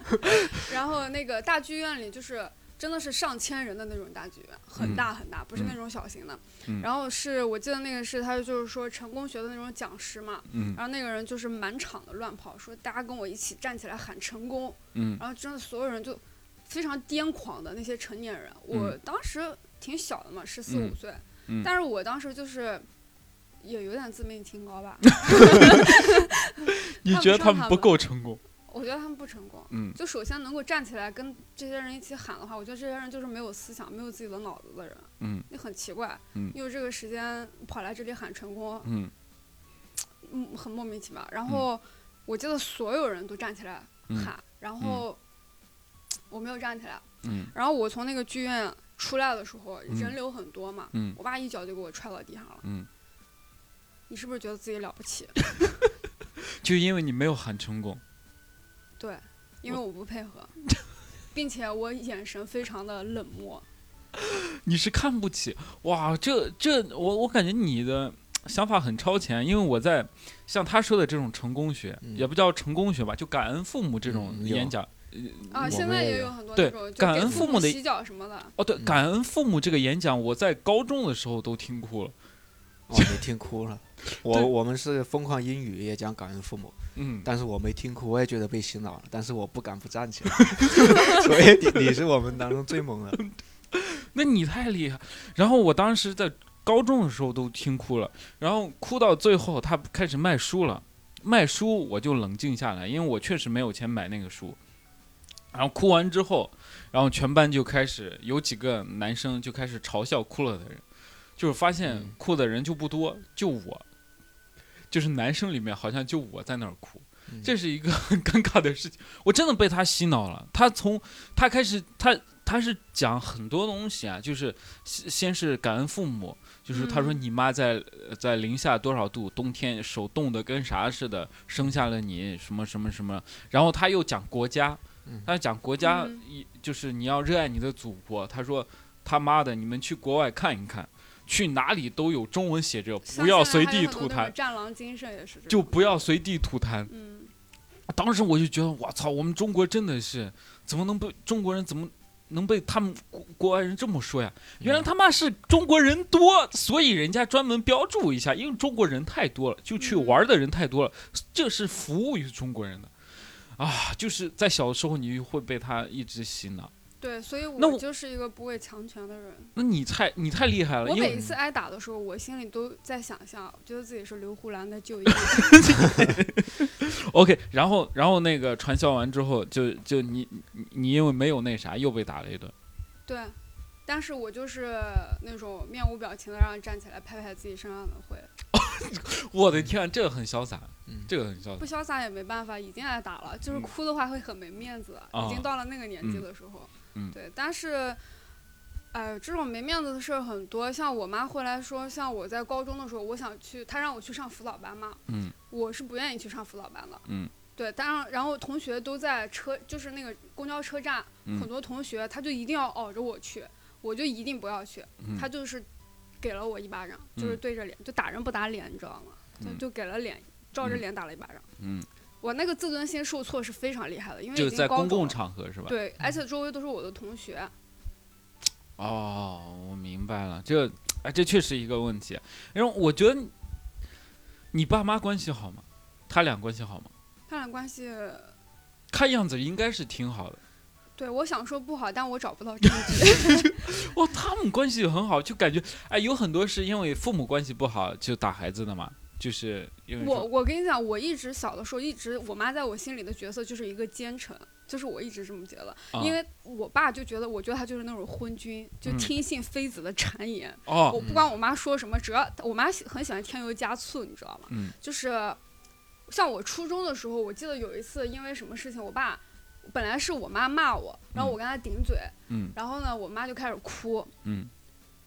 然后那个大剧院里就是真的是上千人的那种大剧院，很大很大，不是那种小型的。
嗯
然后是我记得那个是他就是说成功学的那种讲师嘛，
嗯
然后那个人就是满场的乱跑，说大家跟我一起站起来喊成功，
嗯
然后真的所有人就非常癫狂的那些成年人，我当时挺小的嘛，十四
嗯
五岁，
嗯
但是我当时就是。也有点自命清高 吧，
你
看不
觉得
上
他
他
们不
们
够成功？
我觉得他们不成功。
嗯
就首先能够站起来跟这些人一起喊的话，我觉得这些人就是没有思想、没有自己的脑子的人，
嗯
你很奇怪。
嗯
你有这个时间跑来这里喊成功，
嗯
嗯，很莫名其妙。然后我记得所有人都站起来
嗯
喊，然后我没有站起来。
嗯
然后我从那个剧院出来的时候，
嗯
人流很多嘛，
嗯
我爸一脚就给我踹到地上了。
嗯，
你是不是觉得自己了 不起？
就因为你没有喊成功，
对，因为我不配 合，并且我眼神非常的冷漠。
你是看不起哇？这这，我我感觉你的想法很超前，因为我在像他说的这种成功学，
嗯
也不叫成功学吧，就感恩父母这种
嗯有
演讲。
啊，
我
现
们
在
也
也
有
有很多
对
那种就
感
给
恩父母的
洗脚什么的，
哦，对，
嗯
感恩父母这个演讲，我在高中的时候都听哭了。
我没哦听哭了。我
对
我们是疯狂英语也讲感恩父母，
嗯，
但是我没听哭，我也觉得被洗脑了，但是我不敢不站起 来。所以你你是我们当中最猛的，
那你太厉害。然后我当时在高中的时候都听哭了，然后哭到最后，他开始卖书了，卖书我就冷静下来，因为我确实没有钱买那个书。然后哭完之后，然后全班就开始有几个男生就开始嘲笑哭了的人，就是发现
嗯
哭的人就不多，就我，就是男生里面好像就我在那儿哭。
嗯
这是一个 很尴尬的事情，我真的被他洗脑了。他从他开始，他他是讲很多东西啊，就是先先是感恩父母，就是他说
嗯
你妈在、呃在零下多少度，冬天手冻得跟啥似的，生下了你什么什么什么。然后他又讲国家，
嗯
他讲国家
嗯
一、就是你要热爱你的祖国。他说他妈的，你们去国外看一看，去哪里都有中文写着，
像
不要
现在
随
还有
地
很多
吐
那
痰
种，战狼精神也是这
就
种
不要随地吐痰。
嗯，
当时我就觉得，我操，我们中国真的是怎么能被中国人怎么能被他们国国外人这么说呀？原来他妈是中国人多，所以人家专门标注一下，因为中国人太多了，就去玩的人太多了，这是服务于中国人的。啊，就是在小时候你会被他一直洗脑，
对，所以
那
我
我
就是一个不畏强权的人。
那你太你太厉害了，
我
呃因
每
为
一次挨打的时候，我心里都在想象，觉得自己是刘胡兰的旧衣。
OK，然后然后那个传销完之后，就就你你你因为没有那啥又被打了一顿，
对，但是我就是那种面无表情的让人站起来拍拍自己身上的灰，
我的天，啊这个很潇洒，
嗯
这个很潇洒
不，潇洒也没办法，已经挨打了，就是
嗯
哭的话会很没面子，
啊
已经到了那个年纪
嗯
的时候。
嗯
对，但是。哎、这种没面子的事儿很多。像我妈后来说，像我在高中的时候，我想去，她让我去上辅导班嘛，
嗯
我是不愿意去上辅导班的。
嗯，
对，当然，然后同学都在车，就是那个公交车站，
嗯
很多同学他就一定要熬着我去，我就一定不要去。
嗯
他就是给了我一巴掌，就是
嗯
对着脸，就打人不打脸，你知道吗？就
嗯
就给了脸，照着
嗯
脸打了一巴掌。
嗯，
我那个自尊心受挫是非常厉害的，因为
就
已
在
经高
公
中
共
了
场合嗯是吧？
对，而且周围都是我的同学，
哦，我明白了，这哎，这确实一个问题。因为我觉得你你爸妈关系好吗？他俩关系好吗？
他俩关系，
看样子应该是挺好的。
对我想说不好，但我找不到证据。
哇，哦他们关系很好，就感觉哎，有很多是因为父母关系不好就打孩子的嘛，就是因为
我
说
我跟你讲，我一直小的时候，一直我妈在我心里的角色就是一个奸臣，就是我一直这么觉得，
啊
因为我爸就觉得，我觉得他就是那种昏君，就
嗯
听信妃子的谗言。
哦
我不管我妈说什么，只要我妈喜很喜欢添油加醋，你知道吗？
嗯
就是像我初中的时候，我记得有一次因为什么事情，我爸本来是我妈骂我，然后我跟他顶嘴，
嗯
然后呢，我妈就开始哭，
嗯，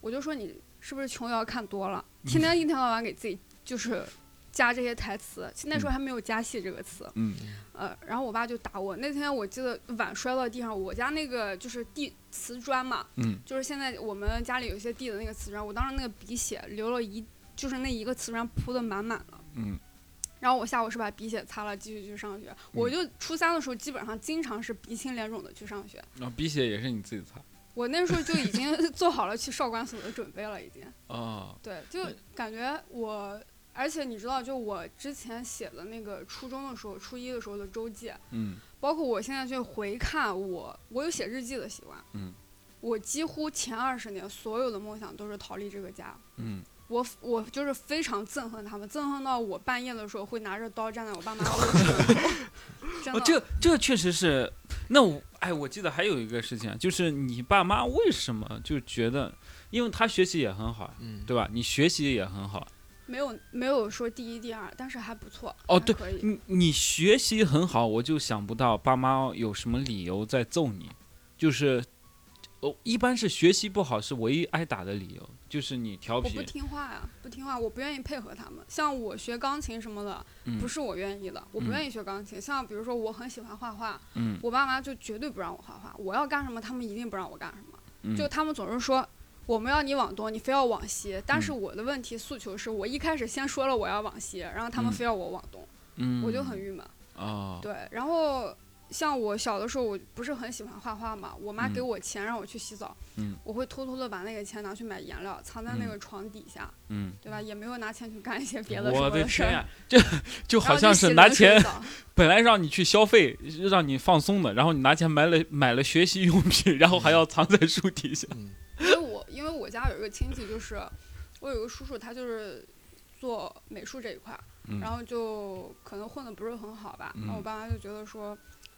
我就说你是不是琼瑶看多了，
嗯
天天一天到晚给自己就是加这些台词，那时候还没有加戏这个词，
嗯，
呃，然后我爸就打我。那天我记得碗摔到地上，我家那个就是地瓷砖嘛，
嗯，
就是现在我们家里有一些地的那个瓷砖，我当时那个鼻血流了一，就是那一个瓷砖铺的满满的。
嗯
然后我下午是把鼻血擦了，继续去上学。
嗯
我就初三的时候，基本上经常是鼻青脸肿的去上学。
然后鼻血哦也是你自己擦
我那时候就已经 做好了去少管所的准备了，已经。
哦，
对，就感觉我，而且你知道，就我之前写的那个初中的时候，初一的时候的周记，
嗯
包括我现在去回看我，我有写日记的习惯。
嗯，
我几乎前二十年所有的梦想都是逃离这个家。
嗯，
我我就是非常憎恨他们，憎恨到我半夜的时候会拿着刀站在我爸妈 的卧室门口。真的，
哦，这这确实是。那我哎，我记得还有一个事情啊，就是你爸妈为什么就觉得，因为他学习也很好呀，
嗯，
对吧？你学习也很好，
没有没有说第一第二，但是还不错。
哦
还
对
可以。
你你学习很好，我就想不到爸妈有什么理由在揍你，就是。哦，一般是学习不好是唯一挨打的理由，就是你调
我
皮
不。听话呀、不听话，我不愿意配合他们。像我学钢琴什么的，
嗯
不是我愿意的，我不
嗯
愿意学钢琴。像比如说，我很喜欢画画，
嗯
我爸妈就绝对不让我画画，我要干什么，他们一定不让我干什么。
嗯
就他们总是说我们要你往东，你非要往西。但
嗯
是我的问题诉求是我一开始先说了我要往西，然后他们
嗯
非要我往东，
嗯，
我就很郁闷。
哦，
对，然后像我小的时候，我不是很喜欢画画嘛，我妈
嗯
给我钱让我去洗澡，
嗯
我会偷偷的把那个钱拿去买颜料，藏在那
嗯
个床底下，
嗯，
对吧？也没有拿钱去干一些别的什
我
么
的
事
天
儿。
呀，这就
然
好
后
像
就洗
是
冷
拿
水
钱
澡
本来让你去消费，让你放松的，然后你拿钱买了 买了学习用品， 然后还要藏在树底下。
嗯
因为我因为我家有一个亲戚，就是我有个叔叔，他就是做美术这一块儿，
嗯
然后就可能混的不是很好吧。然后我
嗯
爸妈就觉得说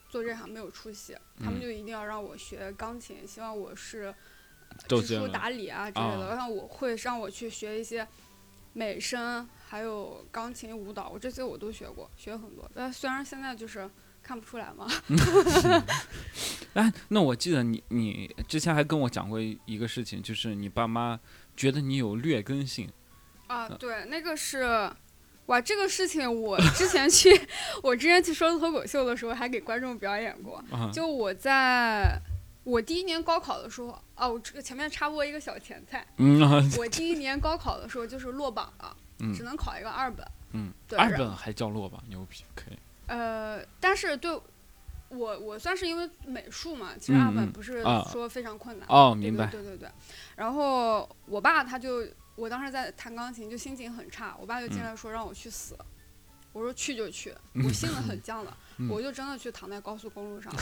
做这行没有出息，他们
嗯
就一定要让我学钢琴，希望我是
周
知
杰
书
伦
达理啊之类的，
啊
让我会让我去学一些。美声还有钢琴、舞蹈，我这些我都学过，学很多。但虽然现在就是看不出来嘛，
哎，那我记得你你之前还跟我讲过一个事情，就是你爸妈觉得你有劣根性。
啊，
呃
对，那个是，哇，这个事情我之前去， 我之前去说脱口秀的时候还给观众表演过。
啊，
就我在我第一年高考的时候，哦，我这个前面插播一个小前菜，
嗯啊
我第一年高考的时候就是落榜了，
嗯
只能考一个二本。
嗯，
对
二
然
本还叫落吧，牛逼，可以。
呃，但是对我我算是因为美术嘛，其实二
嗯
本
嗯
不是
啊
说非常困难，
哦，
对
明
对
白。
对对对。然后我爸他就，我当时在弹钢琴，就心情很差，我爸就进
嗯
来说让我去死。我说去 就去，我信得很犟的，
嗯
我就真的去躺在高速公路上，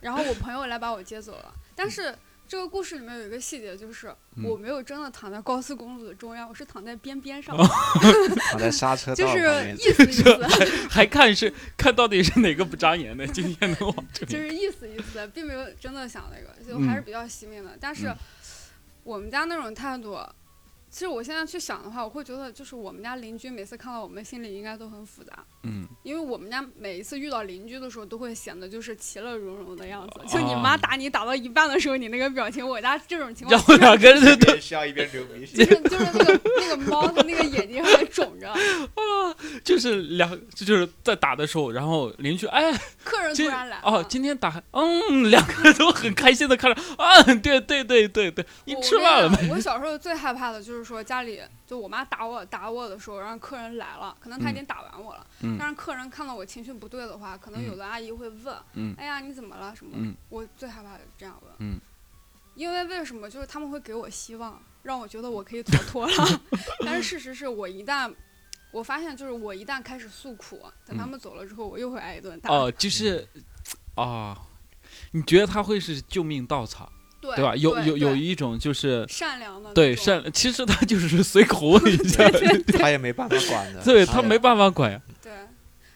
然后我朋友来把我接走了。但是这个故事里面有一个细节，就是我
嗯
没有真的躺在高速公路的中央，我是躺在边 边上，
哦
躺在刹车道
就
旁
是
边，
意思意思，
还看是看到底是哪个不眨眼的，今天能往这
就
里。
是意思意思，并没有真的想那个，就还是
嗯嗯
比较惜命的。但是
嗯
我们家那种态度，其实我现在去想的话，我会觉得就是我们家邻居每次看到我们，心里应该都很复杂，
嗯，
因为我们家每一次遇到邻居的时候，都会显得就是其乐融融的样子。就你
哦
妈打你打到一半的时候，你那个表情，我家这种情况
让我两个人
一边笑一边流鼻
就
血。
是就是那个那个猫，它那个眼睛还肿着。
就是 两，这就是在打的时候，然后邻居哎，
客人突
今
然来
哦
了，
今天打嗯，两个人都很开心的看着啊，对对对对对，你
我
吃
我跟
饭了
你
没？
讲我小时候最害怕的就是说家里就我妈打我打我的时候，让客人来了，可能他已经打完我了，
嗯
但是客人看到我情绪不对的话，可能有的阿姨会问，
嗯
哎呀你怎么了什么的？
嗯
我最害怕这样问，
嗯
因为为什么就是他们会给我希望，让我觉得我可以逃脱了， 但是事实是我一旦。我发现，就是我一旦开始诉苦，等他
嗯
们走了之后，我又会挨一顿打。
哦，就是哦，你觉得他会是救命稻草，
对
对吧？有有有
对
一种就是
善良的那
对
种
善，其实他就是随口问一下，
他也没办法管 的，
对他没办法管哎呀。
对，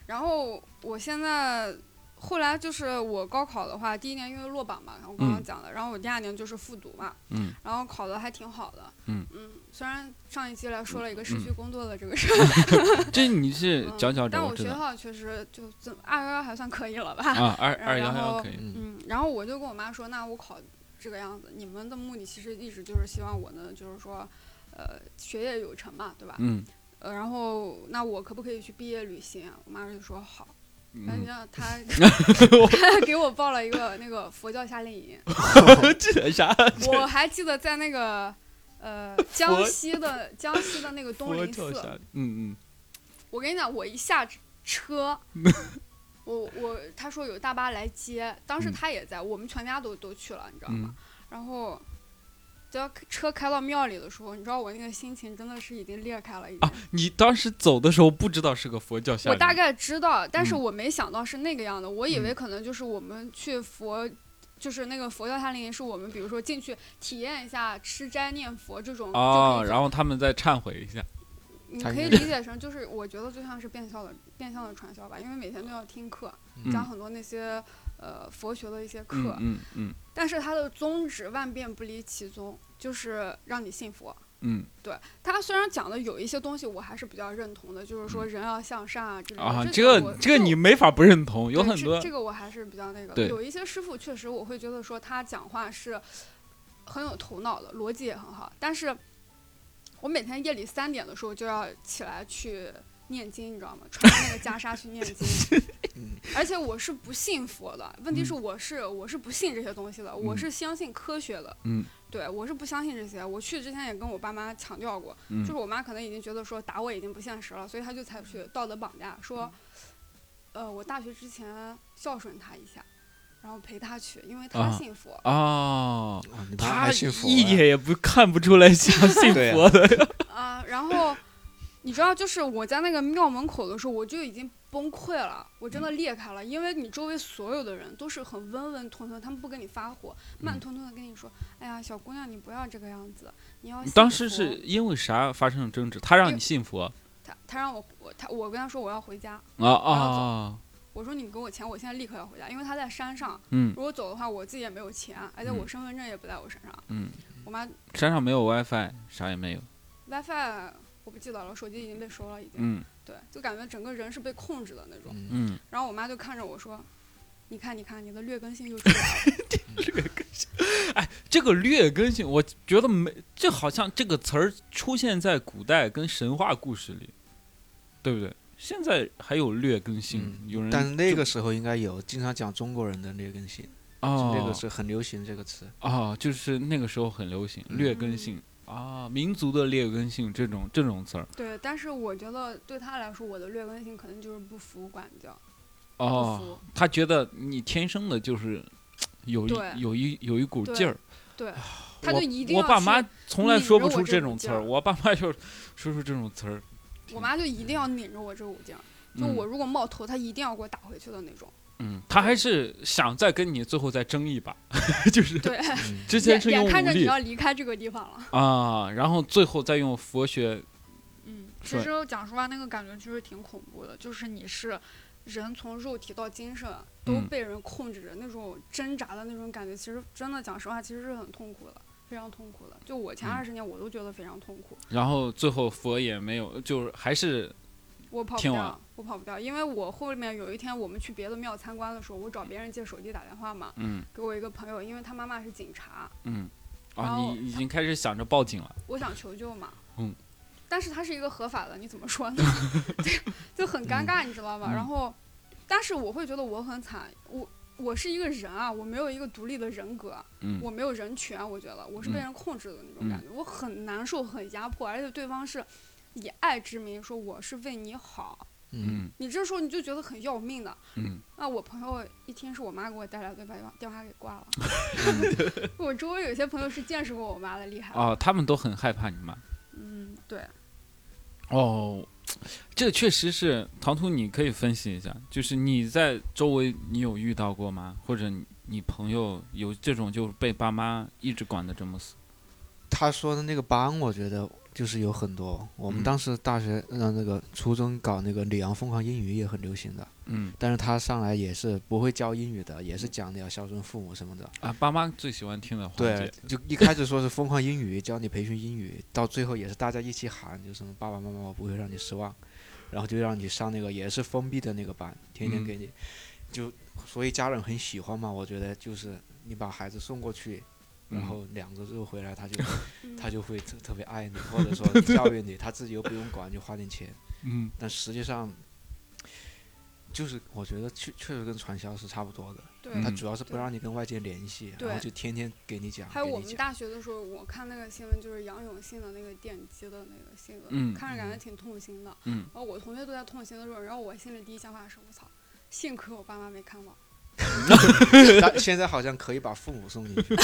然后我现在后来就是我高考的话，第一年因为落榜嘛，我刚刚
嗯
讲的，然后我第二年就是复读嘛，
嗯，
然后考的还挺好的，
嗯
虽然上一期来说了一个
嗯
失
嗯
去工作的这个事儿，
这你是
嗯
佼佼者，
但
我
我
知
学
道
校确实就怎二幺幺还算可以了吧，
啊，二
然
二幺
后
幺可以，
嗯，
嗯，然后我就跟我妈说，那我考这个样子，你们的目的其实一直就是希望我能就是说，呃，学业有成嘛，对吧？
嗯
呃，然后那我可不可以去毕业旅行啊？我妈就说好。然后
嗯
你知，道他 他给我报了一个那个佛教夏 令营，
嗯哎这啥？
我还记得在那个呃江西的江西的那个东
我
林
跳下
寺，，
嗯嗯
我跟你讲，我一下 车，我我他说有大巴来接，当时
嗯
他也在，我们全家都都去了，你知道吗？
嗯，
然后。只要车开到庙里的时候，你知道我那个心情真的是已经裂开了，已经。
啊，你当时走的时候不知道是个佛教下，
我大概知道，但是
嗯
我没想到是那个样的，我以为
嗯
可能就是我们去佛，就是那个佛教夏令营，是我们比如说进去体验一下吃斋念佛这种
哦，然
后
后他们再忏悔一下，
你
他
可以
应
理解成就是我觉得就像是变相的变相的传销吧，因为每天都要听课，
嗯
讲很多那些呃佛学的一些课，
嗯嗯嗯
但是它的宗旨万变不离其宗，就是让你信佛。
嗯
他虽然讲的有一些东西我还是比较认同的，就是说人要向善啊之类的。
嗯啊，这
这个
个
我
这个你没法不认同，有
对
很
这
多
这个我还是比较那个的。
对
有一些师傅确实我会觉得说他讲话是很有头脑的，逻辑也很好。但是我每天夜里三点的时候就要起来去念经，你知道吗？穿着那个袈裟去念经
嗯。
而且我是不信佛的，问题是我是我是不信这些东西的，我
嗯
是相信科学的。
嗯
对，我是不相信这些。我去之前也跟我爸妈强调过，
嗯
就是我妈可能已经觉得说打我已经不现实了，所以她就采取道德绑架，说，
嗯
呃，我大学之前孝顺她一下，然后陪她去，因为她
啊
信佛。
哦，
啊你妈
他
还信佛
一
呀
点也不看不出来 像信
对啊
佛的，
啊，然后你知道，就是我在那个庙门口的时候，我就已经崩溃了，我真的
嗯
裂开了，因为你周围所有的人都是很温温吞吞，他们不跟你发火，慢
嗯
吞吞的跟你说，哎呀，小姑娘，你不要这个样子，你要信
当时
佛
是因为啥发生了争执？他让你信佛
他他让我我他我跟他说我要回家，
啊啊，
我说你给我钱，我现在立刻要回家，因为他在山上，
嗯
如果走的话我自己也没有钱，而且
嗯
我身份证也不在我身上，
嗯，
我妈
山上没有 WiFi，啥也没有，
WiFi 我不记得了，手机已经被收了，已经，
嗯
对，就感觉整个人是被控制的那种。
嗯，
嗯，
然后我妈就看着我说。你看，你看，你的劣根性就出来了。
这个劣根性，我觉得没，这好像这个词儿出现在古代跟神话故事里，对不对？现在还有劣根性，
嗯
有人
但是那个时候应该有经常讲中国人的劣根性，
哦
那个是很流行这个 词。
哦，就是那个时候很流行
嗯
劣根性啊，民族的劣根性这种这种词儿
对，但是我觉得对她来说，我的劣根性可能就是不服管教，不
哦，
服。
他觉得你天生的就是有一
对
有一有一股
对
劲儿。
对，她就一定
我我
要
爸
去
妈从来说不
拧着
出
我这
这
股
种词
劲
儿，
儿
我爸妈就说出这种词儿。
我妈就一定要拧着我这股劲儿，就
嗯
我如果冒头，她一定要给我打回去的那种。
嗯，他还是想再跟你最后再争一把， 就是
对，
嗯
之前
眼
是用
眼
武
看着你
力
要离开这个地方了。
啊，然后最后再用佛学，
嗯，
是
其实讲实话，那个感觉就是挺恐怖的，就是你是人从肉体到精神都
嗯
被人控制着，那种挣扎的那种感觉，其实真的讲实话，其实是很痛苦的，非常痛苦的。就我前
嗯
二十年我都觉得非常痛苦，
然后最后佛也没有，就是还是
我跑不
听完
掉，我跑不掉，因为我后面有一天我们去别的庙参观的时候，我找别人借手机打电话嘛，
嗯
给我一个朋友，因为他妈妈是警察，
嗯，
然
啊，
后
你已经开始想着报警了，
我想求救嘛，
嗯，
但是它是一个合法的，你怎么说 呢？对，就很尴尬，你知道吗？
嗯
然后，但是我会觉得我很惨，我我是一个人啊，我没有一个独立的人格，
嗯
我没有人权，我觉得我是被人控制的那种感觉，我很难受，很压迫，而且对方是以爱之名说我是为你好，
嗯，
嗯
你这时候你就觉得很要命的。
嗯
那我朋友一听是我妈给我带来的，把电话电话给挂 了。 我周围有些朋友是见识过我妈的厉害的，
哦，他们都很害怕你妈。
嗯，对。
哦，这确实是唐突，你可以分析一下，就是你在周围你有遇到过吗？或者你你朋友有这种就是被爸妈一直管得这么死？
他说的那个帮，我觉得就是有很多。我们
嗯
当时大学让那个初中搞那个里昂疯狂英语也很流行的，
嗯
但是他上来也是不会教英语的，也是讲你要孝顺父母什么的。
啊，爸妈最喜欢听的话。
对，就一开始说是疯狂英语，教你培训英语，到最后也是大家一起喊，就什么爸爸妈妈我不会让你失望，然后就让你上那个也是封闭的那个班，天
嗯
天给你，就所以家长很喜欢嘛。我觉得就是你把孩子送过去，然
嗯
后两周之后回来，他就
嗯
他就会特特别爱你，或者说教育你，他自己又不用管，就花点钱。
嗯
但实际上。就是我觉得确确实跟传销是差不多的，
对，
他
嗯
主要是不
对
让你跟外界联系，然
对
后就天天给你讲，
还有
给
我
你
们
讲
大 学的时候，我看那个新闻，就是杨永信的那个电击的那个新闻，
嗯
看着感觉挺痛心的。
嗯
然后我同学都在痛心的时候，然后我心里第一想法是：我操，幸亏我爸妈 没看到。
但现在好像可以把父母送进去，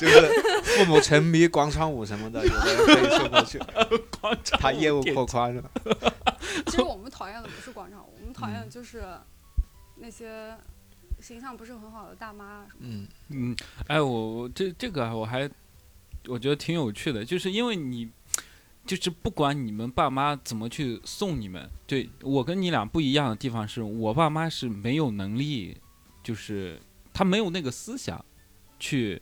就是父母沉迷广场舞什么的，有的人可以送过去。
广场
他业务扩宽了，
其实我们讨厌的不是广场舞，我们讨厌
嗯
的就是那些形象不是很好的大妈啊什么。
嗯，
嗯，哎，我我这这个啊我还我觉得挺有趣的，就是因为你就是不管你们爸妈怎么去送你们，对我跟你俩不一样的地方是我爸妈是没有能力，就是他没有那个思想去。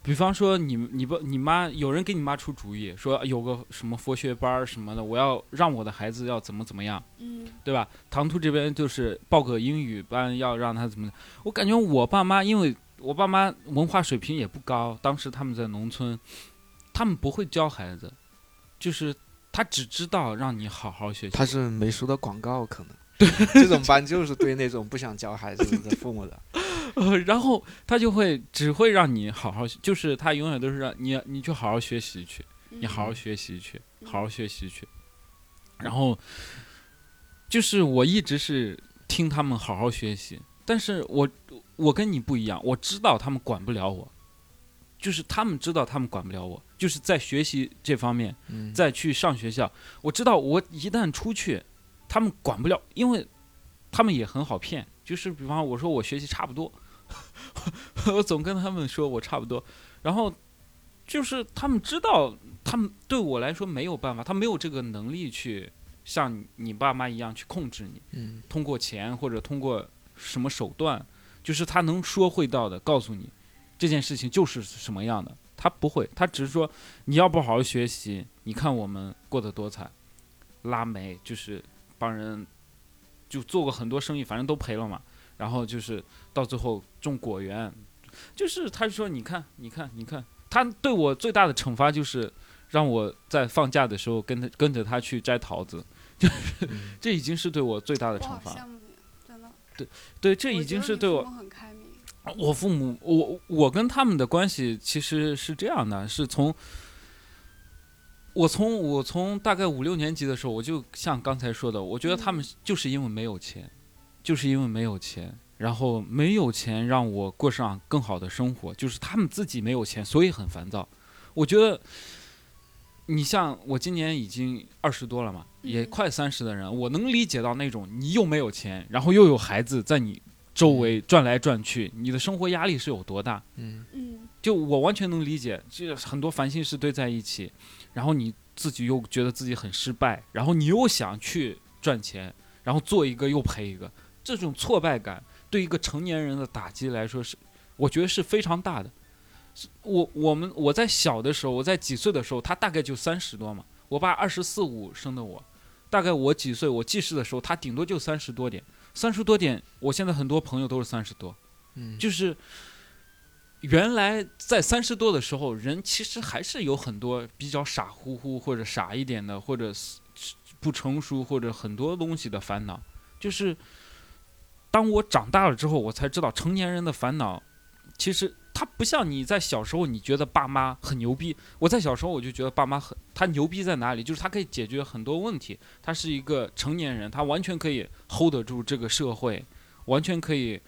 比方说你，你不，你妈有人给你妈出主意，说有个什么佛学班儿什么的，我要让我的孩子要怎么怎么样，
嗯，
对吧？唐突这边就是报个英语班，要让他怎么？我感觉我爸妈，因为我爸妈文化水平也不高，当时他们在农村，他们不会教孩子，就是他只知道让你好好学习。
他是没收到广告，可能这种班就是对那种不想教孩子的父母的。
呃，然后他就会只会让你好好，就是他永远都是让你你去好好学习去，你好
嗯
好学习去，好好学习去。然后就是我一直是听他们好好学习，但是我我跟你不一样，我知道他们管不了我，就是他们知道他们管不了我，就是在学习这方面，
嗯，
再去上学校，我知道我一旦出去，他们管不了，因为他们也很好骗。就是比方我说我学习差不多， 我总跟他们说我差不多，然后就是他们知道，他们对我来说没有办法，他没有这个能力去像你爸妈一样去控制你，
嗯
通过钱或者通过什么手段，就是他能说会道的告诉你这件事情就是什么样的。他不会，他只是说你要不好好学习，你看我们过得多惨，拉煤就是帮人就做过很多生意，反正都赔了嘛。然后就是到最后种果园，就是他说你看你看你看，他对我最大的惩罚就是让我在放假的时候跟他跟着他去摘桃子，就是
嗯
这已经是对我最大的
我
惩
好
罚
羡。慕你，真的。
对，这
我
已
觉
经
得
是
你
对
父
我
母很开明。
我父母，我我跟他们的关系其实是这样的，是从我从我从大概五六年级的时候，我就像刚才说的，我觉得
嗯
他们就是因为没有钱，就是因为没有钱，然后没有钱让我过上更好的生活，就是他们自己没有钱，所以很烦躁。我觉得，你像我今年已经二十多了嘛，也
嗯
快三十的人，我能理解到那种你又没有钱，然后又有孩子在你周围转来转去，你的生活压力是有多大？
嗯，
嗯，
就我完全能理解，这很多烦心事堆在一起，然后你自己又觉得自己很失败，然后你又想去赚钱，然后做一个又赔一个，这种挫败感对一个成年人的打击来说是，我觉得是非常大的。我我们我在小的时候，我在几岁的时候，他大概就三十多嘛。我爸二十四五生的我，大概我几岁我记事的时候，他顶多就三十多点，三十多点。我现在很多朋友都是三十多，
嗯，
就是原来在三十多的时候，人其实还是有很多比较傻乎乎或者傻一点的，或者是不成熟或者很多东西的烦恼。就是当我长大了之后，我才知道成年人的烦恼其实。他不像你在小时候，你觉得爸妈很牛逼。我在小时候我就觉得爸妈很，他牛逼在哪里？就是他可以解决很多问题，他是一个成年人，他完全可以 hold 得住这个社会，完全可以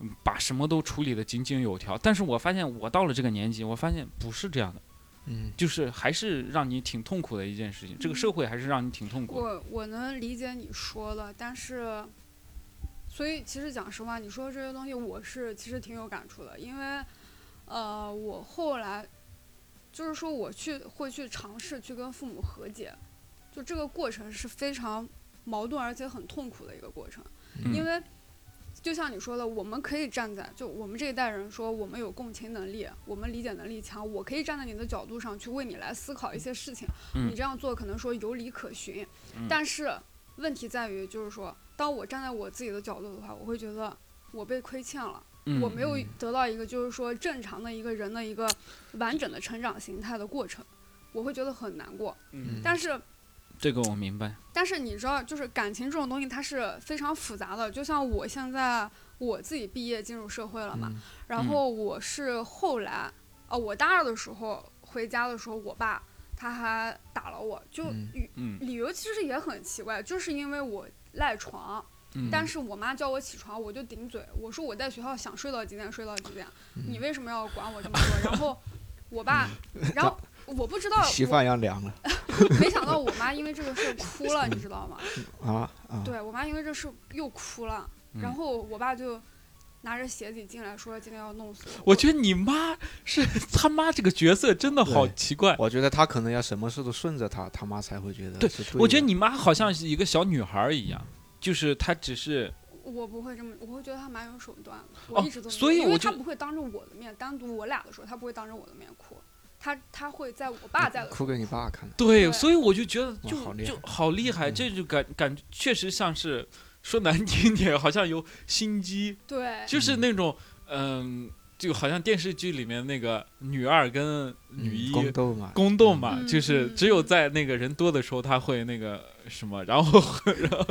嗯把什么都处理得井井有条。但是我发现我到了这个年纪，我发现不是这样的，
嗯，
就是还是让你挺痛苦的一件事情。这个社会还是让你挺痛苦的。
嗯我我能理解你说的，但是，所以其实讲实话，你说这些东西我是其实挺有感触的，因为，呃，我后来就是说我去会去尝试去跟父母和解，就这个过程是非常矛盾而且很痛苦的一个过程，
嗯
因为。就像你说的，我们可以站在就我们这一代人说，我们有共情能力，我们理解能力强，我可以站在你的角度上去为你来思考一些事情。
嗯
你这样做可能说有理可循，
嗯
但是问题在于，就是说，当我站在我自己的角度的话，我会觉得我被亏欠了，
嗯
我没有得到一个就是说正常的一个人的一个完整的成长形态的过程，我会觉得很难过。
嗯，
但是
这个我明白。
但是你知道，就是感情这种东西，它是非常复杂的。就像我现在我自己毕业进入社会了嘛，
嗯
然后我是后来，哦，我大二的时候回家的时候，我爸他还打了我，就
嗯
与
嗯
理由其实也很奇怪，就是因为我赖床，
嗯，
但是我妈叫我起床，我就顶嘴，我说我在学校想睡到几点睡到几点，
嗯
嗯
你为什么要管我这么多？然后我爸，然 后我不知道，
稀饭一样凉了
我没想到我妈因为这个事哭了，你知道吗？
啊啊！
对我妈因为这事又哭了，
嗯
然后我爸就拿着鞋底进来，说今天要弄死
我觉得你妈是他妈这个角色真的好
对
奇怪。
我觉得他可能要什么事都顺着他，他妈才会觉得
对
是对的。
我觉得你妈好像是一个小女孩儿一样，就是她只是
我不会这么，我会觉得他蛮有手段的。
哦
我一直都没有、
所以
因为
我
他
就
不会当着我的面，单独我俩的时候，他不会当着我的面哭，他他会在我爸
嗯
在的时
哭
候
给你爸看，
对，
对
所以我就觉得就
好厉害嗯
就好厉害，这就感感觉确实像是说难听点，好像有心机，
对
就是那种嗯、就好像电视剧里面那个女二跟女
嗯
一
宫斗嘛，
宫斗嘛，
嗯
就是
嗯
只有在那个人多的时候，他会那个什么，然后 然后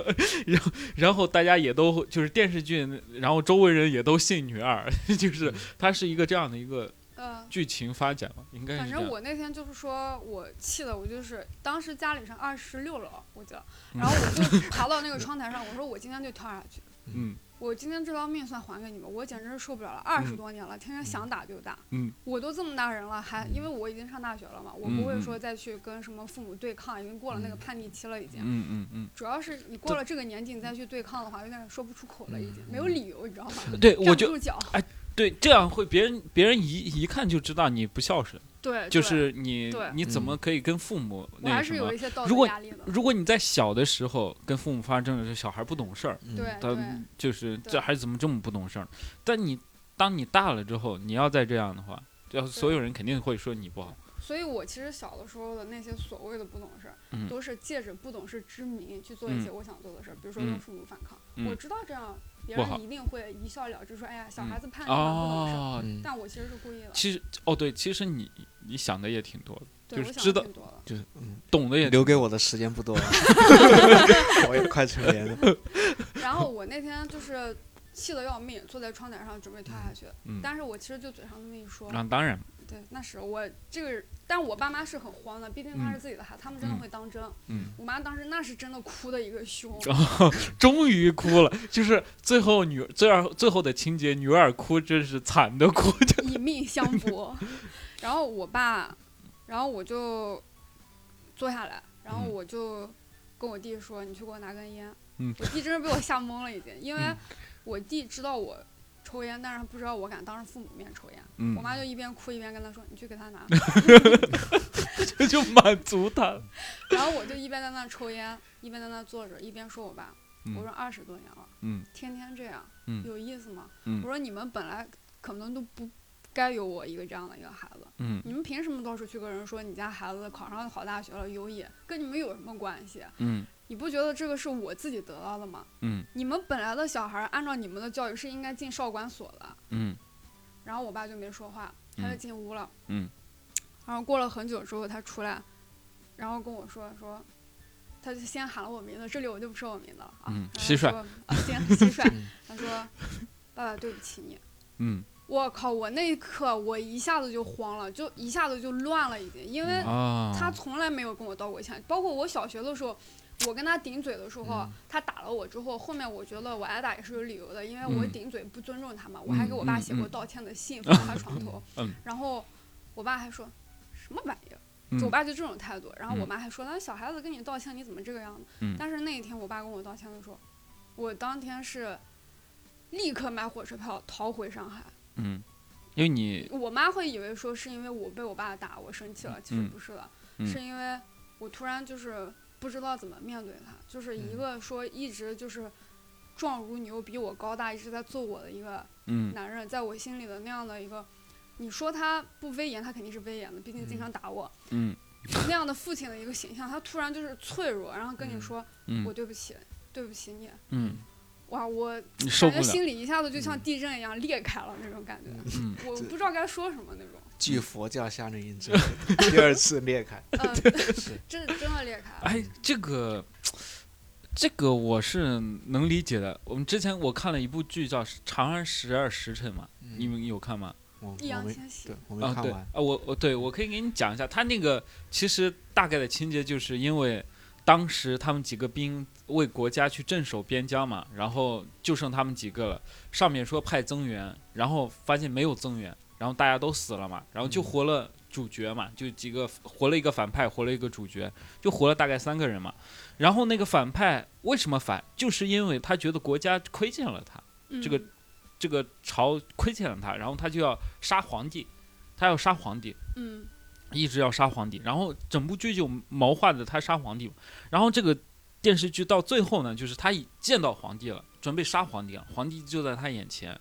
然后然后大家也都就是电视剧，然后周围人也都信女二， 就是它是一个这样的一个
呃，
剧情发展嘛，应该
反
是这
正
样。
我那天就是说我气的，我就是当时家里是二十六楼，我记得，然后我 就爬到那个窗台上，我说我今天就跳下去，
嗯
我今天这条命算还给你们，我简直是受不了了，二十
嗯
多年了，天天想打就打，
嗯
我都这么大人了，还因为我已经上大学了嘛，我不
嗯嗯
会说再去跟什么父母对抗，已经过了那个叛逆期了，已经。
嗯嗯嗯。
主要是你过了这个年纪，你再去对抗的话，有点说不出口了，已经没有理由，你知道吗？
对，嗯我
站
就
不住脚，
对这样会别人别人一一看就知道你不孝顺，
对，
就
对
是你
对
你怎么可以跟父母
我
那
还
个
是
什
有
么
一？些道
如
德
果
压力的。
如果你在小的时候跟父母发生争执，小孩不懂事儿，
嗯
对
他
哎对
就是
对
这孩子怎么这么不懂事儿？但你当你大了之后，你要再这样的话，要所有人肯定会说你不好。
所以我其实小的时候的那些所谓的不懂事儿，
嗯
都是借着不懂事之名去做一些
嗯
我想做的事儿，比如说跟
嗯
父母反抗。
嗯
我知道这样别
不好嗯
人一定会一笑了之，说哎呀，小孩子叛逆嘛，不懂事儿。
哦，
嗯，
但我其实是故意的，
其实哦对，其实你你想的也挺多的，
对
就
我
是
想
知
的
道
挺多的。
就是嗯，
懂的也
留给我的时间 不多了，我也快成年了。
然后我那天就是气得要命，坐在窗台上准备跳下去，
嗯，啊
但是我其实就嘴上那么一说，
那当然，
对，那是我这个人，但我爸妈是很慌的，毕竟他
嗯
是自己的孩子，他们真的
嗯
会当真。
嗯，
我妈当时那是真的哭的一个凶，
终于哭了， 就是最后女最二最后的情节，女二哭真是惨的哭，就
以命相搏。然后我爸，然后我就坐下来，然后
嗯
我就跟我弟说：“你去给我拿根烟。”
嗯
我弟真是被我吓懵了，已经，因为
嗯
我弟知道我抽烟，但是他不知道我敢当着父母面抽烟。
嗯
我，妈就一边哭一边跟他说：“你去给他拿。”
这就满足她了。
然后我就一边在那抽烟，一边在那坐着，一边说我爸，
嗯
我说二十多年了，
嗯
天天这样，
嗯
有意思吗？
嗯
我说你们本来可能都不该有我一个这样的一个孩子。
嗯
你们凭什么到处去跟人说你家孩子考上好大学了优异，跟你们有什么关系？
嗯
你不觉得这个是我自己得到的吗？
嗯
你们本来的小孩儿按照你们的教育是应该进少管所的。
嗯
然后我爸就没说话，他就
嗯
进屋了。
嗯
然后过了很久之后，他出来，然后跟我说说，他就先喊了我名字，这里我就不说我名字了啊。
嗯
然后他
蟋蟀
说啊，行，蟋 蟀
嗯。
他说，爸爸对不起你。
嗯
我靠！我那一刻我一下子就慌了，就一下子就乱了，已经，因为
啊，
他从来没有跟我道过歉，包括我小学的时候。我跟他顶嘴的时候，
嗯
他打了我之后，后面我觉得我挨打也是有理由的，因为我
嗯
顶嘴不尊重他嘛。我还给我爸写
嗯
过
嗯嗯
道歉的 信，放在他床头。
嗯
然后我爸还说什么玩意儿，
嗯
就我爸就这种态度。然后我
嗯
妈还说，那小孩子跟你道歉，你怎么这个样子？
嗯
但是那一天我爸跟我道歉的时候，我当天是立刻买火车票逃回上海。
嗯，因为你
我妈会以为说是因为我被我爸打，我生气了，其实不是的，
嗯
是因为我突然就是不知道怎么面对他，就是
嗯
一个说一直就是壮如牛比我高大，一直在揍我的一个
嗯
男人，在我心里的那样的一个，你说他不威严，他肯定是威严的，毕竟经常打我、
嗯
那样的父亲的一个形象，他突然就是脆弱，然后跟你说、我
嗯
对不起，对不起你，
嗯，
哇，我
你受
感
不
觉
了，
心里一下子就像地震一样裂开了那种感觉，
嗯
我
这
不知道该说什么那种。
继佛教下令印证，
第二次裂开，
嗯，
是
真真的裂开了。
哎，这个，这个我是能理解的。我们之前我看了一部剧叫《长安十二时辰》嘛，
嗯
你们有看吗？
我我
易烊
没
千玺
对，我没
啊，
看
对
完
啊，，我我对我可以给你讲一下，他那个其实大概的情节就是因为当时他们几个兵为国家去镇守边疆嘛，然后就剩他们几个了，上面说派增援，然后发现没有增援，然后大家都死了嘛，然后就
嗯
活了主角嘛，就几个活了一个反派，活了一个主角，就活了大概三个人嘛，然后那个反派为什么反，就是因为他觉得国家亏欠了他。这个
嗯
这个朝亏欠了他，然后他就要杀皇帝，他要杀皇帝，
嗯
一直要杀皇帝，然后整部剧就谋划着他杀皇帝嘛。然后这个电视剧到最后呢，就是他已见到皇帝了，准备杀皇帝了，皇帝就在他眼前，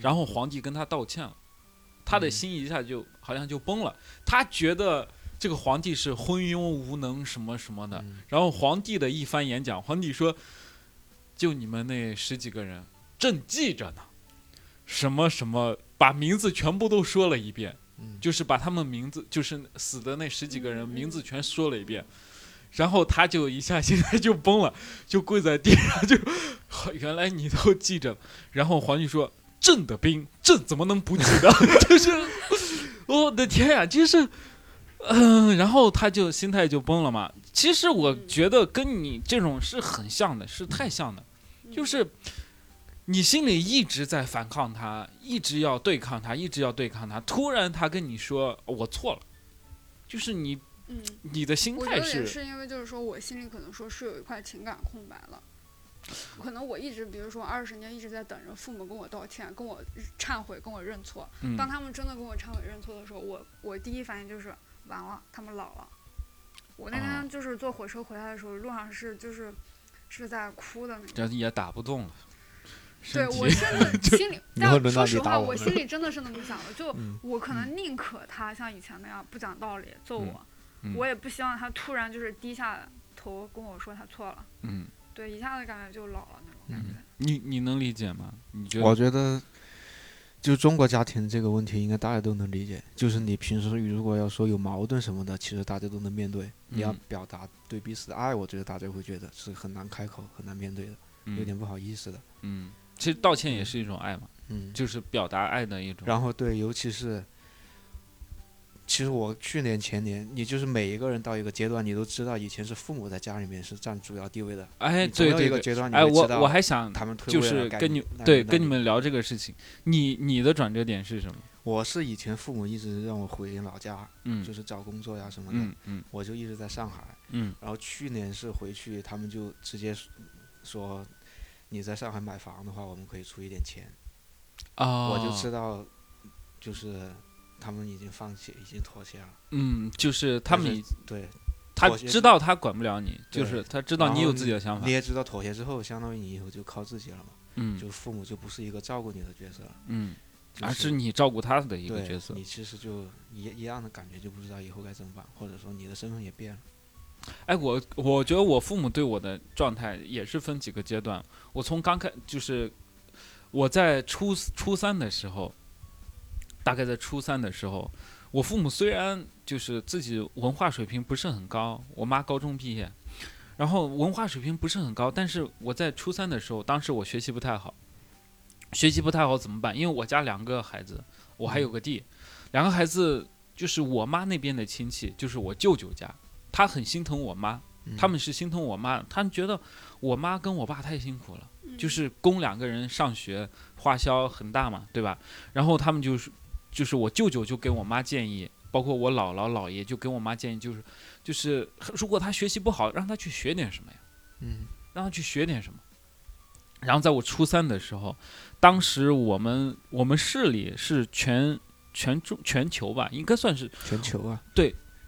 然后皇帝跟他道歉了，他的
嗯
心一下就好像就崩了，他觉得这个皇帝是昏庸无能什么什么的，
嗯
然后皇帝的一番演讲，皇帝说：“就你们那十几个人，朕记着呢。什么什么，把名字全部都说了一遍，
嗯
就是把他们名字，就是死的那十几个人
嗯嗯
名字全说了一遍。”然后他就一下现在就崩了，就跪在地上就， 原来你都记着。然后皇帝说：“朕的兵，朕怎么能不记得？” 就是，我的天呀、就是嗯，然后他就心态就崩了嘛。其实我
嗯
觉得跟你这种是很像的，是太像的，
嗯
就是你心里一直在反抗他，一直要对抗他，一直要对抗他。突然他跟你说哦我错了，就是你
嗯，
你的心
我觉
态
得也
是
是因为就是说我心里可能说是有一块情感空白了。可能我一直，比如说二十年一直在等着父母跟我道歉、跟我忏悔、跟我认错。
嗯
当他们真的跟我忏悔认错的时候，我我第一反应就是完了，他们老了。我那
啊
天就是坐火车回来的时候，路上是就是是在哭的那种。
这也打不动了。
对
身体
我甚至心里，
以后
但
轮
说
到你
实
打
话，
我
我
了
心里真的是那么想的，就
嗯
我可能宁可他像以前那样不讲道理揍
嗯
我，
嗯
我也不希望他突然就是低下头跟我说他错了，
嗯，
对，一下子感觉就老了那种感觉。
你你能理解吗？你觉
我
得？
觉得，就中国家庭这个问题，应该大家都能理解。就是你平时如果要说有矛盾什么的，其实大家都能面对。你要
嗯
表达对彼此的爱，我觉得大家会觉得是很难开口、很难面对的，有
嗯
点不好意思的。
嗯，其实道歉也是一种爱嘛，
嗯，
就是表达爱的一种。
然后对，尤其是，其实我去年、前年，你就是每一个人到一个阶段，你都知道以前是父母在家里面是占主要地位的。
哎，
你总
对
有一
对
个
对，
阶段，你
哎，
会
我
知道
我还想
他们退
就
位了
是
该
跟你
那
对
那
跟你们聊这个事情，你你的转折点是什么？
我是以前父母一直让我回老家，
嗯，
就是找工作呀什么的。
嗯嗯
我就一直在上海，
嗯
然后去年是回去，他们就直接说，你在上海买房的话，我们可以出一点钱。
啊，
我就知道，就是他们已经放弃，已经妥协了。
嗯，就是他们
但是
已
对，
他
妥协
知
是
道他管不了你，就
对
是他知道
然
你有
后
自己的想法
你，也知道，妥协之后，相当于你以后就靠自己了嘛，
嗯
就父母就不是一个照顾你的角色了。
嗯
就
而是你照顾他的一个
对
角色。
你其实就一一样的感觉，就不知道以后该怎么办，或者说你的身份也变了。
哎，我我觉得我父母对我的状态也是分几个阶段。我从刚开就是我在初四初三的时候，大概在初三的时候，我父母虽然就是自己文化水平不是很高，我妈高中毕业，然后文化水平不是很高，但是我在初三的时候，当时我学习不太好，学习不太好怎么办？因为我家两个孩子，我还有个弟，两个孩子就是我妈那边的亲戚，就是我舅舅家。他很心疼我妈，
嗯
他们是心疼我妈，他们觉得我妈跟我爸太辛苦了，嗯
嗯
就是供两个人上学花销很大嘛，对吧？然后他们就是，就是我舅舅就给我妈建议，包括我姥姥姥爷就给我妈建议，就是就是如果他学习不好，让他去学点什么呀，
嗯，
让他去学点什么。然后在我初三的时候，当时我们我们市里是全全中全球吧，应该算是
全球啊，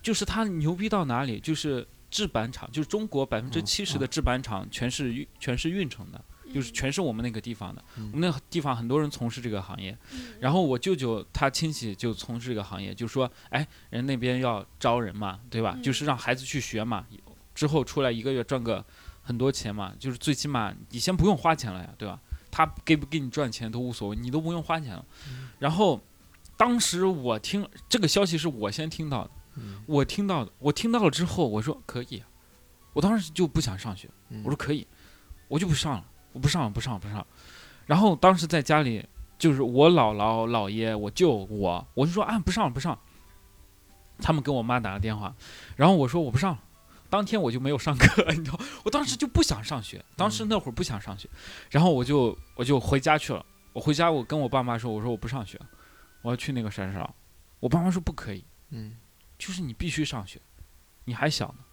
就是他牛逼到哪里，就是制板厂，就是中国百分之七十
嗯
的制板厂全是运全是运城的，
嗯
就是全是我们那个地方的。
嗯
我们那个地方很多人从事这个行业，然后我舅舅他亲戚就从事这个行业，就说，哎，人那边要招人嘛，对吧？
嗯
就是让孩子去学嘛，之后出来一个月赚个很多钱嘛，就是最起码你先不用花钱了呀，对吧？他给不给你赚钱都无所谓，你都不用花钱了。
嗯
然后当时我听这个消息是我先听到的。
嗯
我听到的，我听到了之后，我说可以啊，我当时就不想上学，
嗯
我说可以，我就不上了，我不上了，不上了，不上了。然后当时在家里，就是我姥姥、姥爷、我舅、我，我就说啊，不上了，不上了。他们给我妈打了电话，然后我说我不上了。当天我就没有上课，你知道，我当时就不想上学，当时那会儿不想上学，然后我就我就回家去了。我回家，我跟我爸妈说，我说我不上学了，我要去那个山上。我爸妈说不可以，
嗯，
就是你必须上学，你还小呢，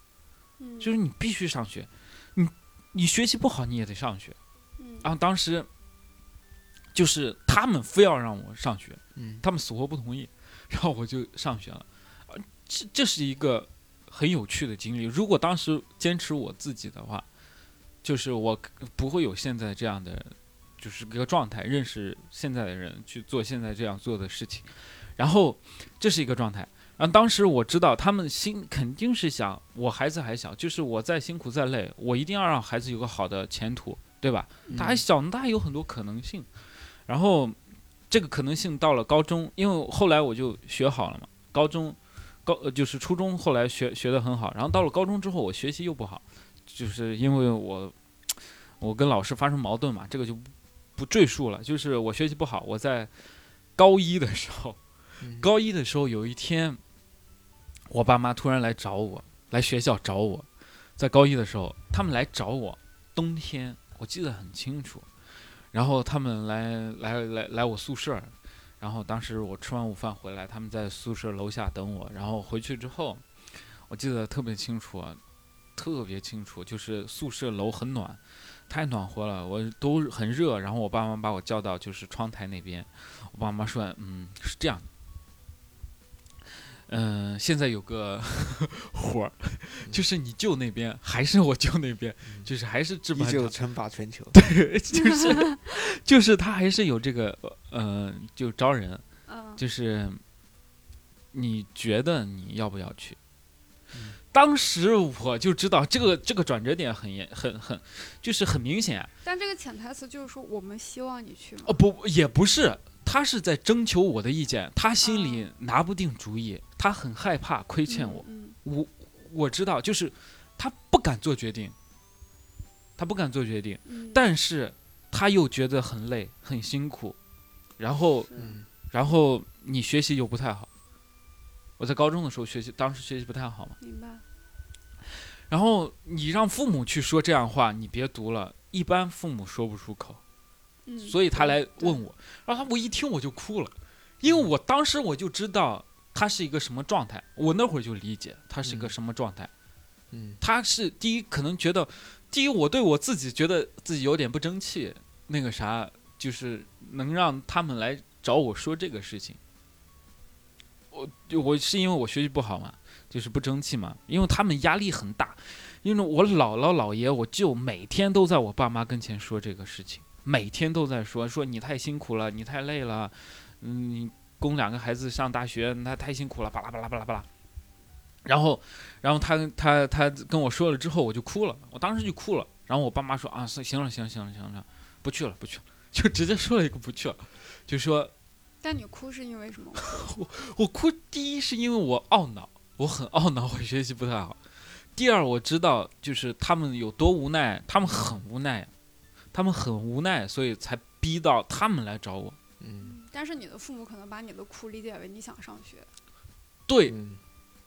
嗯
就是你必须上学，你你学习不好你也得上学。
嗯
然后当时就是他们非要让我上学，
嗯
他们死活不同意， 然后我就上学了。呃这这是一个很有趣的经历。如果当时坚持我自己的话，就是我不会有现在这样的就是一个状态，认识现在的人，去做现在这样做的事情。然后这是一个状态。然后当时我知道他们心肯定是想，我孩子还小，就是我再辛苦再累，我一定要让孩子有个好的前途，对吧？
嗯
他还小呢，他还有很多可能性。然后这个可能性到了高中，因为后来我就学好了嘛，高中高呃就是初中后来学学得很好，然后到了高中之后我学习又不好，就是因为我我跟老师发生矛盾嘛，这个就不不赘述了。就是我学习不好，我在高一的时候，
嗯
高一的时候有一天，我爸妈突然来找我，来学校找我，在高一的时候他们来找我，冬天我记得很清楚，然后他们来来来来我宿舍。然后当时我吃完午饭回来，他们在宿舍楼下等我。然后回去之后，我记得特别清楚啊，特别清楚，就是宿舍楼很暖，太暖和了，我都很热。然后我爸妈把我叫到就是窗台那边，我爸妈说，嗯，是这样的。嗯、现在有个 活儿，
嗯
就是你舅那边还是我舅那边，就是还是置
依
办
旧
厂，
称霸全球。
就是就是他还是有这个呃，就招人，
嗯
就是你觉得你要不要去？
嗯
当时我就知道这个这个转折点很严很很，就是很明显啊
但这个潜台词就是说，我们希望你去嘛。
哦不也不是，他是在征求我的意见，他心里拿不定主意，他很害怕亏欠我，
哦嗯
我我知道就是他不敢做决定，他不敢做决定，
嗯，
但是他又觉得很累很辛苦，然后
嗯
然后你学习又不太好。我在高中的时候学习，当时学习不太好嘛。
是明白。
然后你让父母去说这样话，你别读了，一般父母说不出口，
嗯，
所以他来
对
问我，然后他我一听我就哭了，因为我当时我就知道他是一个什么状态，我那会儿就理解他是一个
嗯
什么状态。
嗯
他是第一可能觉得，第一我对我自己觉得自己有点不争气，那个啥，就是能让他们来找我说这个事情。我我是因为我学习不好嘛，就是不争气嘛，因为他们压力很大，因为我姥姥姥爷我舅每天都在我爸妈跟前说这个事情，每天都在说说你太辛苦了，你太累了，嗯，你供两个孩子上大学，那太辛苦了，巴拉巴拉巴拉巴拉。然后，然后他他他跟我说了之后，我就哭了，我当时就哭了。然后我爸妈说啊，行行了，行了行了行了，不去了不去了，就直接说了一个不去了，就说
但你哭是因 为什么？
我哭，第一是因为我懊恼，我很懊恼，我学习不太好。第二，我知道就是他们有多无奈，他们很无奈，他们很无奈，所以才逼到他们来找我。
嗯
但是你的父母可能把你的哭理解为你想 上学，
对
嗯，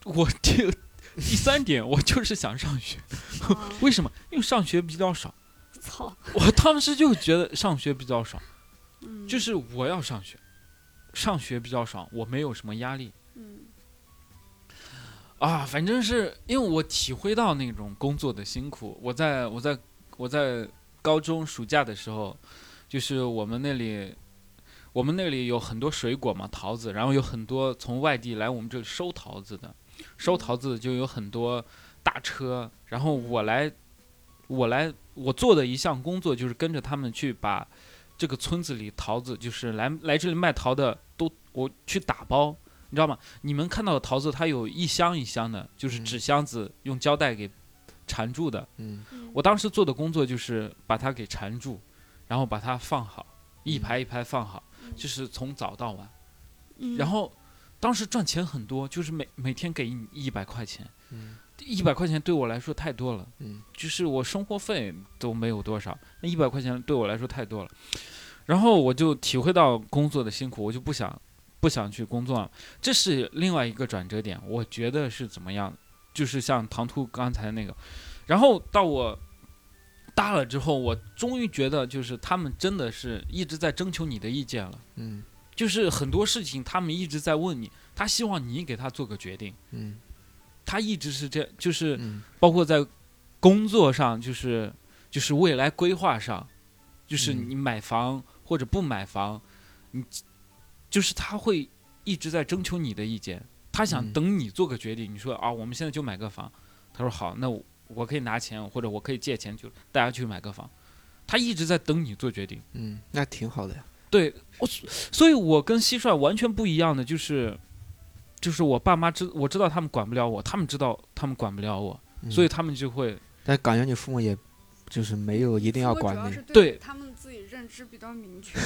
我第第三点，我就是想上学。
啊
为什么？因为上学比较少。
操，
我当时就觉得上学比较少，
嗯，
就是我要上学，上学比较少，我没有什么压力。
嗯
啊，反正是因为我体会到那种工作的辛苦。我在我在我在高中暑假的时候，就是我们那里，我们那里有很多水果嘛，桃子，然后有很多从外地来我们这里收桃子的，收桃子就有很多大车，然后我来，我来，我做的一项工作就是跟着他们去把这个村子里桃子，就是来来这里卖桃的都我去打包，你知道吗？你们看到的桃子，它有一箱一箱的，就是
嗯
纸箱子用胶带给缠住的。
嗯
嗯
我当时做的工作就是把它给缠住，然后把它放好，一排一排放好，
嗯
就是从早到晚。
嗯
然后当时赚钱很多，就是每每天给你一百块钱，
嗯
一百块钱对我来说太多了。
嗯，
就是我生活费都没有多少，那一百块钱对我来说太多了。然后我就体会到工作的辛苦，我就不想不想去工作了。这是另外一个转折点，我觉得是怎么样？就是像唐突刚才那个，然后到我大了之后，我终于觉得就是他们真的是一直在征求你的意见了，
嗯
就是很多事情他们一直在问你，他希望你给他做个决定，
嗯
他一直是这样，就是
嗯
包括在工作上，就是就是未来规划上，就是
嗯
你买房或者不买房，你就是他会一直在征求你的意见，他想
嗯
等你做个决定。你说啊，我们现在就买个房，他说好，那我我可以拿钱或者我可以借钱，就大家去买个房。他一直在等你做决定。
嗯，那挺好的呀。
对我，所以我跟蟋蟀完全不一样的就是，就是我爸妈知我知道他们管不了我，他们知道他们管不了我，
嗯
所以他们就会
但感觉你父母也就是没有一定要管
主要
你
是，
对
他们自己认知比较 明确，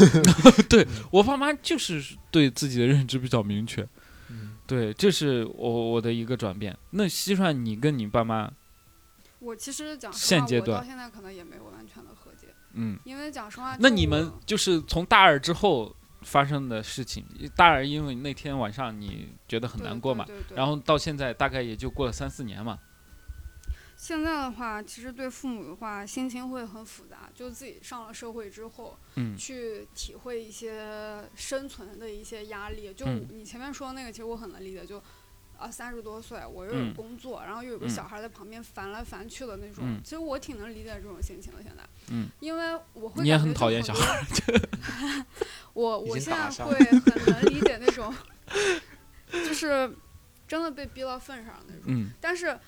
我爸妈就是对自己的认知比较明确，
嗯
对，这是我我的一个转变。那蟋蟀，你跟你爸妈，
我其实讲实
现
话，
阶
我到
段
现在可能也没有完全的和解，
嗯，
因为讲实话，
那
就
你
我
们就是从大二之后发生的事情，大二因为那天晚上你觉得很
对
难过嘛，
对对对
然后到现在大概也就过了三四年嘛，
现在的话，其实对父母的话，心情会很复杂，就自己上了社会之后，
嗯
去体会一些生存的一些压力。就
嗯
你前面说的那个，其实我很能理解，就啊三十多岁，我又
嗯
有工作，然后又有个
嗯
小孩在旁边烦来烦去的那种，
嗯
其实我挺能理解这种心情的。现在，
嗯
因为我会
你也
感
很
觉
讨
就
厌
很
小
多 我
已
我
经
现在
打上
会很能理解那种， 就是真的被逼到份上的那种。
嗯
但是，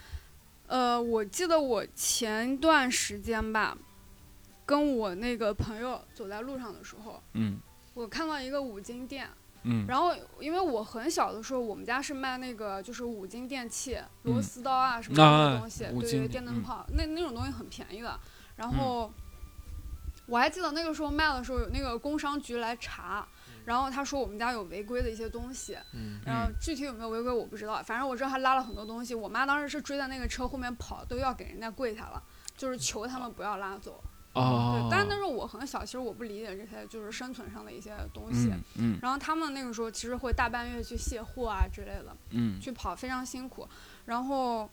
呃，我记得我前段时间吧，跟我那个朋友走在路上的时候，
嗯
我看到一个五金店，
嗯
然后因为我很小的时候，我们家是卖那个就是五金电器，螺
嗯
丝刀啊什么
啊
的东西，
五
对
金
对，电灯
嗯
泡、那那种东西很便宜的。然后、我还记得那个时候卖的时候，有那个工商局来查，
嗯
然后他说我们家有违规的一些东西，
嗯
然后具体有没有违规我不知道，反正我知道他拉了很多东西。我妈当时是追在那个车后面跑，都要给人家跪下了，就是求他们不要拉走。
哦
对，，但是那时候我很小，其实我不理解这些就是生存上的一些东西。
嗯嗯
然后他们那个时候其实会大半夜去卸货啊之类的，
嗯
去跑非常辛苦。然后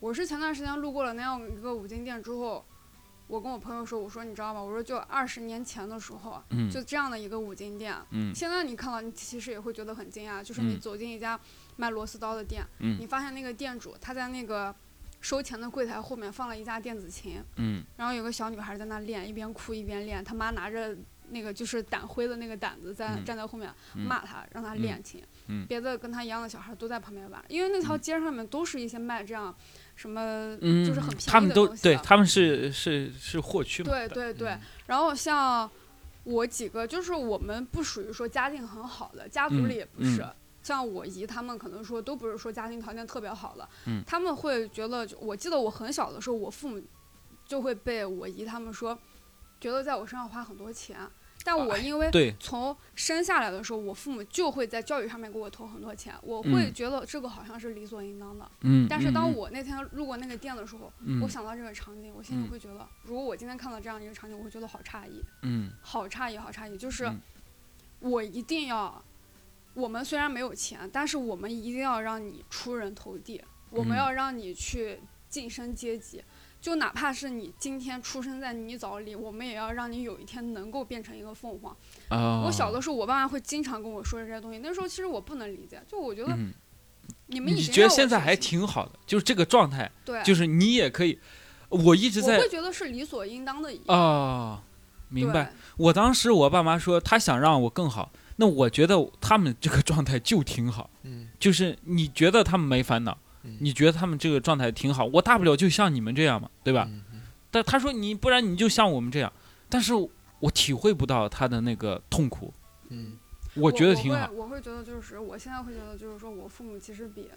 我是前段时间路过了那样一个五金店之后，我跟我朋友说，我说你知道吗？我说就二十年前的时候，
嗯
就这样的一个五金店，
嗯
现在你看到，你其实也会觉得很惊讶，就是你
嗯
走进一家卖螺丝刀的店，
嗯
你发现那个店主他在那个收钱的柜台后面放了一架电子琴，
嗯
然后有个小女孩在那练，一边哭一边练，他妈拿着那个就是掸灰的那个掸子在、
嗯
站在后面
嗯
骂他，让他练琴。
嗯
别的跟他一样的小孩都在旁边玩，因为那条
嗯
街上面都是一些卖这样什么，
嗯，
就是很便宜的
他们都嗯
东西
对，
了
他们是是是货区嘛，
对对对。
嗯
然后像我几个就是我们不属于说家境很好的，家族里也不是。
嗯
像我姨他们可能说都不是说家庭条件特别好了，
嗯
他们会觉得，我记得我很小的时候，我父母就会被我姨他们说，觉得在我身上花很多钱，但我
哎
因为
对，
从生下来的时候，我父母就会在教育上面给我投很多钱，我
嗯
会觉得这个好像是理所应当的。
嗯。
但是当
嗯
我那天路过那个店的时候，
嗯
我想到这个场景，我心
嗯
里会觉得，如果我今天看到这样一个场景，我会觉得好诧异，
嗯
好诧异，好诧异。就是
嗯
我一定要，我们虽然没有钱，但是我们一定要让你出人头地，我们
嗯
要让你去晋升阶级。就哪怕是你今天出生在泥沼里，我们也要让你有一天能够变成一个凤凰。
啊，
我小的时候，我爸妈会经常跟我说这些东西，那时候其实我不能理解，就我觉得
嗯，
你们已
你
经
觉得
让我
现在
学
还
习
挺好的，就是这个状态，
对，
就是你也可以，我一直
我
在
会觉得是理所应当的一。
啊，明白
对。。
我当时我爸妈说他想让我更好，那我觉得他们这个状态就挺好，
嗯，
就是你觉得他们没烦恼，
嗯
你觉得他们这个状态挺好，我大不了就像你们这样嘛，对吧？
嗯嗯
但他说你不然你就像我们这样，但是我体会不到他的那个痛苦，
嗯
我觉得挺好
我。会我会觉得就是，我现在会觉得就是说我父母其实比，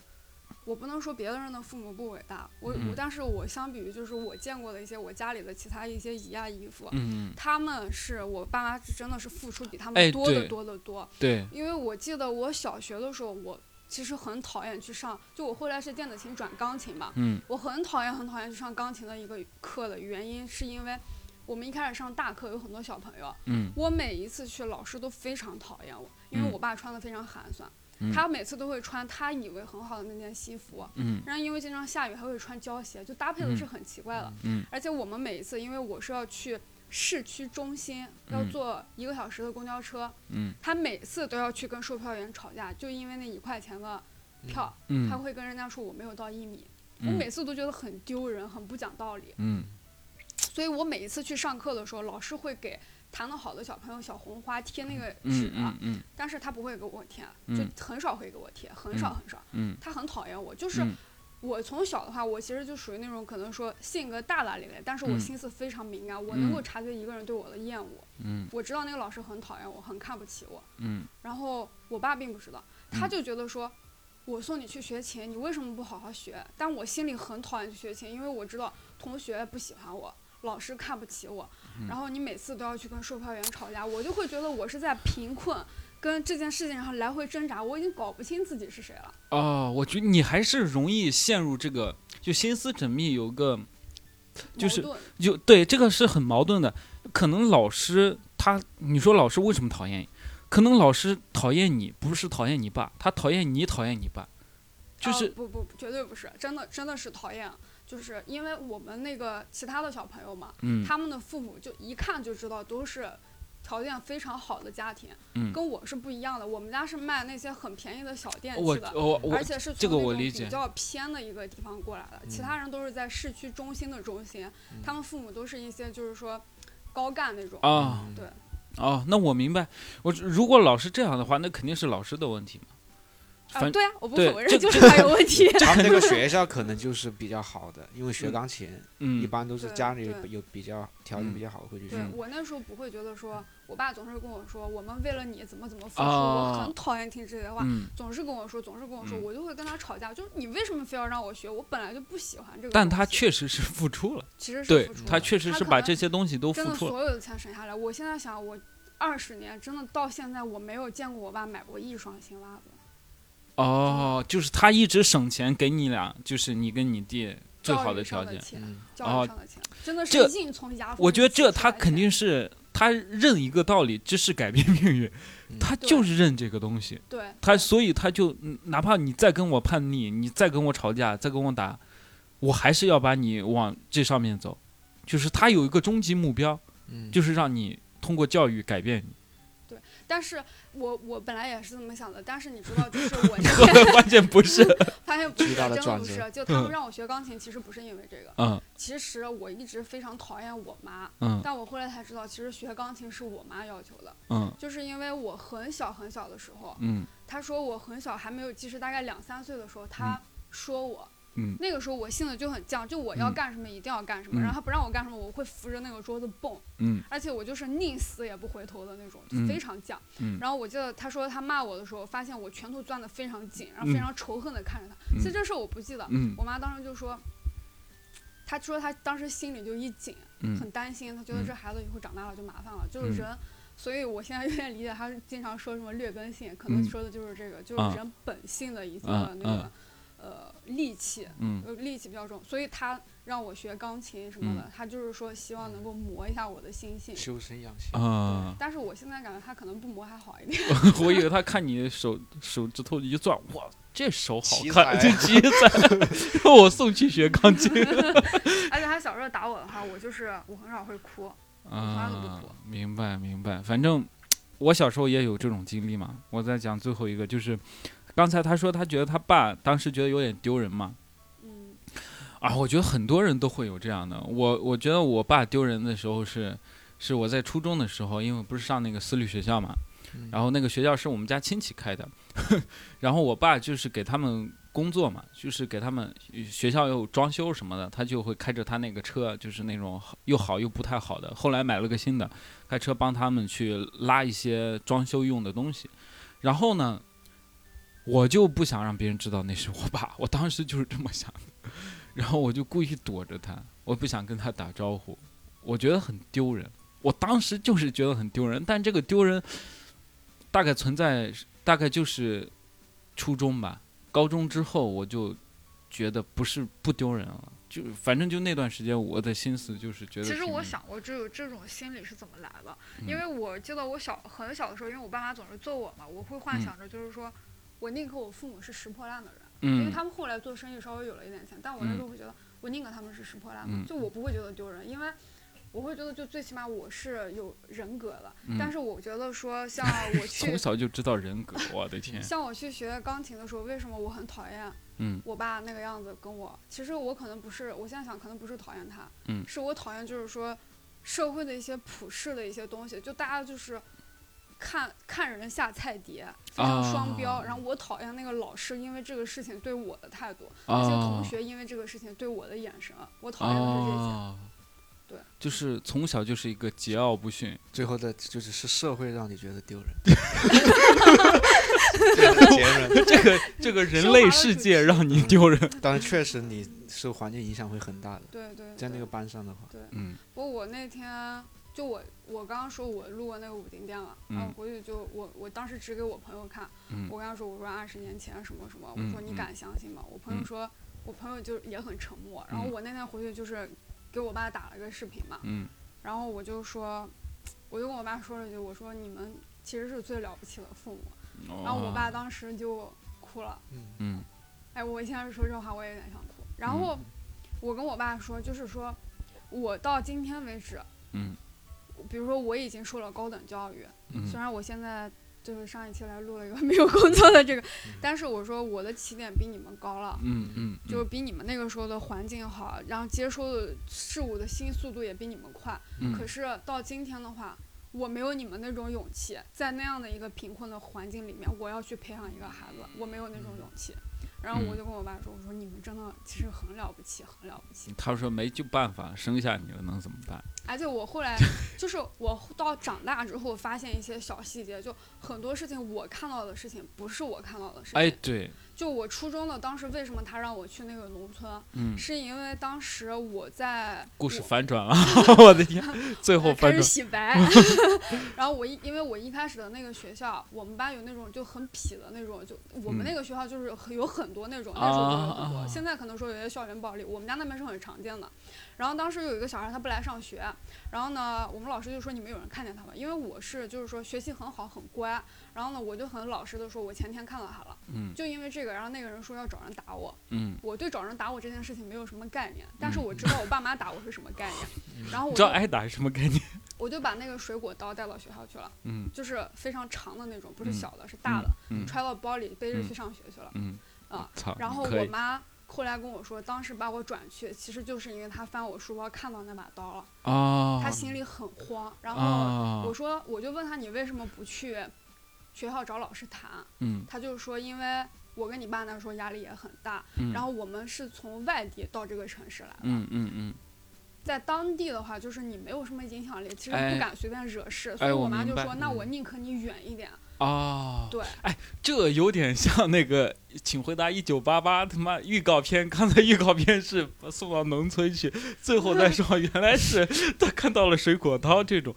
我不能说别的人的父母不伟大，我、
嗯
我但是我相比于就是我见过的一些我家里的其他一些姨啊姨父。
嗯，
他们是我爸妈是真的是付出比他
哎
们多
对
得多得多，
对，
因为我记得我小学的时候，我其实很讨厌去上，就我后来是电子琴转钢琴嘛，
嗯
我很讨厌很讨厌去上钢琴的一个课的原因，是因为我们一开始上大课有很多小朋友，
嗯
我每一次去老师都非常讨厌我，因为
嗯
我爸穿的非常寒酸，
嗯
他每次都会穿他以为很好的那件西服，
嗯
然后因为经常下雨还会穿胶鞋，就搭配的是
嗯
很奇怪的。
嗯
而且我们每一次，因为我是要去市区中心，要
嗯
坐一个小时的公交车，
嗯
他每次都要去跟售票员吵架，就因为那一块钱的票，
嗯，
他会跟人家说我没有到一米。我
嗯
每次都觉得很丢人，很不讲道理。
嗯
所以我每一次去上课的时候，老师会给弹得好的小朋友小红花贴那个纸啊
嗯嗯嗯
但是他不会给我贴，啊就
嗯
很少会给我贴，很少
嗯
很少。
嗯，
他很讨厌我，就是
嗯
我从小的话，我其实就属于那种可能说性格大大咧咧，但是我
嗯
心思非常敏感，我能够
嗯
察觉一个人对我的厌恶。
嗯
我知道那个老师很讨厌我，很看不起我。
嗯
然后我爸并不知道，他
嗯
就觉得说，我送你去学琴，你为什么不好好学？但我心里很讨厌去学琴，因为我知道同学不喜欢我，老师看不起我，
嗯
然后你每次都要去跟售票员吵架，我就会觉得我是在贫困跟这件事情上来回挣扎，我已经搞不清自己是谁了。
哦，我觉得你还是容易陷入这个，就心思缜密，有个就是
矛盾
就对这个是很矛盾的。可能老师他，你说老师为什么讨厌你？可能老师讨厌你，不是讨厌你爸，他讨厌你，讨厌你爸，就
啊
是
不不，绝对不是，真的真的是讨厌，就是因为我们那个其他的小朋友嘛，
嗯
他们的父母就一看就知道都是条件非常好的家庭，
嗯
跟我是不一样的。我们家是卖那些很便宜的小店
我
去的，
我我
而且是
这
从
个
那
我
种
理
比
解嗯
较偏的一个地方过来的。其他人都是在市区中心的中心，他们父母都是一些就是说高干那种。
啊
对，
哦，那我明白。我如果老师这样的话，那肯定是老师的问题嘛。
啊，
反
对啊，我不
对
否认，
这
就是他有问题。
他们那个学校可能就是比较好的，因为学
嗯
钢琴
嗯
一般都是
对
家里
对
有比较条件比较好的会去
嗯
对
上。
我那时候不会觉得说，我爸总是跟我说，我们为了你怎么怎么付出，
啊
我很讨厌听这些话。
嗯，
总是跟我说，总是跟我说，
嗯
我就会跟他吵架。就是你为什么非要让我学？我本来就不喜欢这个东西。
但他确实是付出了，
其实是
对
付出
他
的
确实
他
是
可
把
能
这些东西都
真
付
的
出了。
所有的钱省下来。我现在想，我二十年真的到现在，我没有见过我爸买过一双新袜子。
哦，就是他一直省钱给你俩，就是你跟你弟最好的条
教育上
件。
的
啊
钱，
嗯，
教育上的钱，真的
这
是硬从牙缝里
我觉得
挤出
这他
来的
肯
钱
定是他认一个道理，知识改变命运，
嗯
他
对
就是认这个东西。
对
他所以他就嗯哪怕你再跟我叛逆，你再跟我吵架，再跟我打，我还是要把你往这上面走。就是他有一个终极目标，
嗯
就是让你通过教育改 变你。
但是我我本来也是这么想的，但是你知道， 就是我
后
那
来
天
发现不 是，
发现不是，
巨大
真
的
的
转
不
折
是。就他
嗯
们让我学钢琴，其实不是因为这个。
嗯
其实我一直非常讨厌我妈，
嗯
但我后来才知道，其实学钢琴是我妈要求的，
嗯
就是因为我很小很小的时候，
嗯
他说我很小还没有记事，大概两三岁的时候，他说我，
嗯
那个时候我性子就很犟，就我要
嗯
干什么一定要干什
嗯
么，然后他不让我干什么，我会扶着那个桌子蹦，
嗯
而且我就是宁死也不回头的那种，就
嗯
非常犟。
嗯
然后我记得他说他骂我的时候，发现我拳头攥得非常紧，然后非
嗯
常仇恨的看着他。
嗯
其实这事儿我不记得，
嗯
我妈当时就说，她说她当时心里就一紧，
嗯
很担心，她觉得
嗯
这孩子以后长大了就麻烦了，就是
嗯
人。所以我现在有点理解她经常说什么劣根性，可能
嗯
说的就是这个，就是
啊
人本性的一定
啊
的那个
啊
呃戾气，
嗯
呃戾气比较重。所以她让我学钢琴什么的，她就是说希望能够磨一下我的心性。
修身养性。
啊，
但是我现在感觉她可能不磨还好一点，
我以为他看你手手指头一攥，哇，这手好
奇才
看，这奇才， 让我送去学钢琴
而且她小时候打我的话，我就是我很少会哭，来都不
啊
哭。
明白明白，反正我小时候也有这种经历嘛。我在讲最后一个，就是刚才他说他觉得他爸当时觉得有点丢人嘛，
嗯
啊，我觉得很多人都会有这样的。我我觉得我爸丢人的时候是，是我在初中的时候，因为我不是上那个私立学校嘛，
嗯
然后那个学校是我们家亲戚开的， 然后我爸就是给他们工作嘛，就是给他们学校有装修什么的，他就会开着他那个车，就是那种又好又不太好的。后来买了个新的，开车帮他们去拉一些装修用的东西。然后呢，我就不想让别人知道那是我爸， 我当时就是这么想的。然后我就故意躲着他，我不想跟他打招呼，我觉得很丢人。我当时就是觉得很丢人，但这个丢人大概存在大概就是初中吧，高中之后我就觉得不是不丢人了，就反正就那段时间我的心思就是觉得
其实
挺
我想过，这这种心理是怎么来的？因
嗯
为我记得我小很小的时候，因为我爸妈总是揍我嘛，我会幻
嗯
想着就是说，
我宁可我父母是拾破烂的人，因为
嗯
他们后来做生意稍微有了一点钱，但我那时候会觉得，我宁可他们是拾破烂的，
嗯
就我不会觉得丢人，因为我会觉得就最起码我是有人格的。
嗯
但是我觉得说像我 去
从小就知道人格，我的天，
像我去学钢琴的时候，为什么我很讨厌
嗯
我爸那个样子跟我？其实我可能不是，我现在想可能不是讨厌他，
嗯
是我讨厌就是说社会的一些普世的一些东西，就大家就是。看看人下菜碟，非常双标。
啊
然后我讨厌那个老师，因为这个事情对我的态度，那些
啊
同学因为这个事情对我的眼神，我讨厌的是这些。
啊，
对，
就是从小就是一个桀骜不 驯，
最后的就是是社会让你觉得丢人，
这个结论，
这个这个人类世界让你丢人，
当然确实你受环境影响会很大的。
对对，
在那
对
个班上的话，
嗯
不过我那天就我我刚刚说我路过那个武丁店了，然后
嗯
回去就我我当时指给我朋友看，
嗯
我跟他说我说二十年前什么什么，我
嗯
说你
嗯
敢相信吗？我朋友
嗯
说，我朋友就也很沉默。然后
嗯
我那天回去就是给我爸打了个视频嘛，
嗯
然后我就说，我就跟我爸说了一句，我说你们其实是最了不起的父母。然后我爸
哦
当时就哭了。
嗯，
嗯
哎，我现在说这话我也有点想哭。然后我跟我爸说，就是说我到今天为止，
嗯
比如说我已经受了高等教育，虽
嗯
然我现在就是上一期来录了一个 没有工作的这个，但是我说我的起点比你们高了。
嗯嗯，
就是比你们那个时候的环境好，然后接收的事物的新速度也比你们快。
嗯
可是到今天的话，我没有你们那种勇气，在那样的一个贫困的环境里面，我要去培养一个孩子，我没有那种勇气。然后我
嗯
就跟我爸说：“我说你们真的其实很了不起，很了不起。
他说没就办法生下你了，能怎么办？
而且 我后来就是我到长大之后发现一些小细节，就很多事情我看到的事情不是我看到的事情。
哎，对，
就我初中的当时为什么他让我去那个农村，
嗯，
是因为当时我在
故事
我
反转 了，我的天，最后
呃 开
反
始
转，
洗 白。然后我一因为我一开始的那个学校，我们班有那种就很痞的那种，就我们
嗯
那个学校就是很有很多那种，那时候可能很
啊
多，现在可能说有些校园暴力，我们家那边是很常见的。然后当时有一个小孩他不来上学，然后呢，我们老师就说你们有人看见他吗？因为我是就是说学习很好很乖，然后呢我就很老实的说，我前天看到他了，
嗯
就因为这个，然后那个人说要找人打我，
嗯，
我对找人打我这件事情没有什么概念，但是我知道我爸妈打我是什么概念， 然后
你
我
知
就
道挨打是什么概念？
我就把那个水果刀带到学校去了，
嗯
就是非常长的那种，不
嗯
是小的，是大的，
嗯
揣到包里背着去
嗯
上学去了。
嗯，
啊
操，
然后
可
我
以，
妈后来跟我说，当时把我转去，其实就是因为她翻我书包看到那把刀了，
啊，
她心里很慌。然后
啊，
我说，我就问她你为什么不去学校找老师谈？
嗯
她就说因为我跟你爸那时候压力也很大。
嗯
然后我们是从外地到这个城市来的，
嗯嗯嗯，
在当地的话，就是你没有什么影响力，其实
哎
不敢随便惹事，所以
哎我
妈
明
就
白
说：“那我
嗯
宁可你远一点。
哦，
啊对，
这有点像那个《请回答一九八八》他妈预告片，刚才预告片是送到农村去，最后再说原来是他看到了水果刀这种，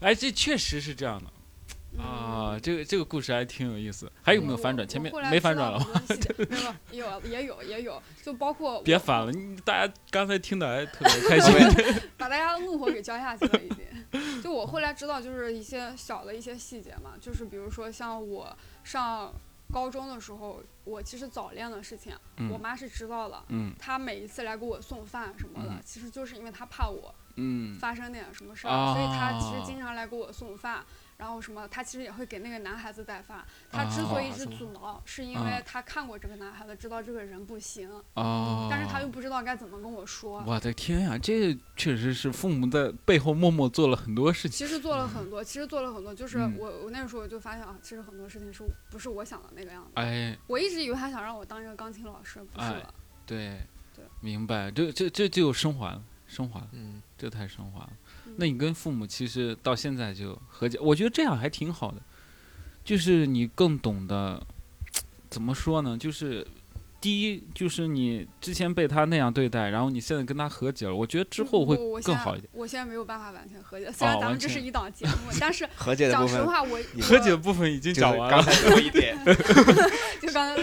哎，这确实是这样的啊、
嗯，
这个这个故事还挺有意思，还有没有
我
反转？
我
前面
后来
没
知
反
道
转了吧？
很多细节没有，没有也有也有，就包括
别
我
反了，你大家刚才听的还特别开心。
把大家怒火给浇下去了，已经。就我后来知道，就是一些小的一些细节嘛，就是比如说像我上高中的时候，我其实早恋的事情，我
嗯
妈是知道的。
嗯
她每一次来给我送饭什么的，
嗯
其实就是因为她怕我
嗯
发生点什么事儿，
啊
所以她其实经常来给我送饭。然后什么，她其实也会给那个男孩子带饭。她之所以一直
啊
阻挠，是因
啊
为她看过这个男孩子，知道这个人不行，
哦，
嗯但是她又不知道该怎么跟我说。
我的天呀、这确实是父母在背后默默做了很多事情。
其实做了很多，其实做了很多，就是
嗯
我我那个时候我就发现啊，其实很多事情是我不是我想的那个样子。
哎，
我一直以为他想让我当一个钢琴老师，不是
哎
了。
对，
对
明白，这这这就升华了，升华了，
嗯，
这太升华了。
嗯
那你跟父母其实到现在就和解，我觉得这样还挺好的，就是你更懂得怎么说呢？就是第一，就是你之前被他那样对待，然后你现在跟他和解了，我觉得之后会
我我现
更
在
好一点。哦
我现在没有办法完全和解，虽然咱们
完
这是
全
一档节 目，但是
和解的部
讲实
分
话，我
你
和
我
解部分已
就
经
是
讲完
刚
了，
才多一 点，
就刚才不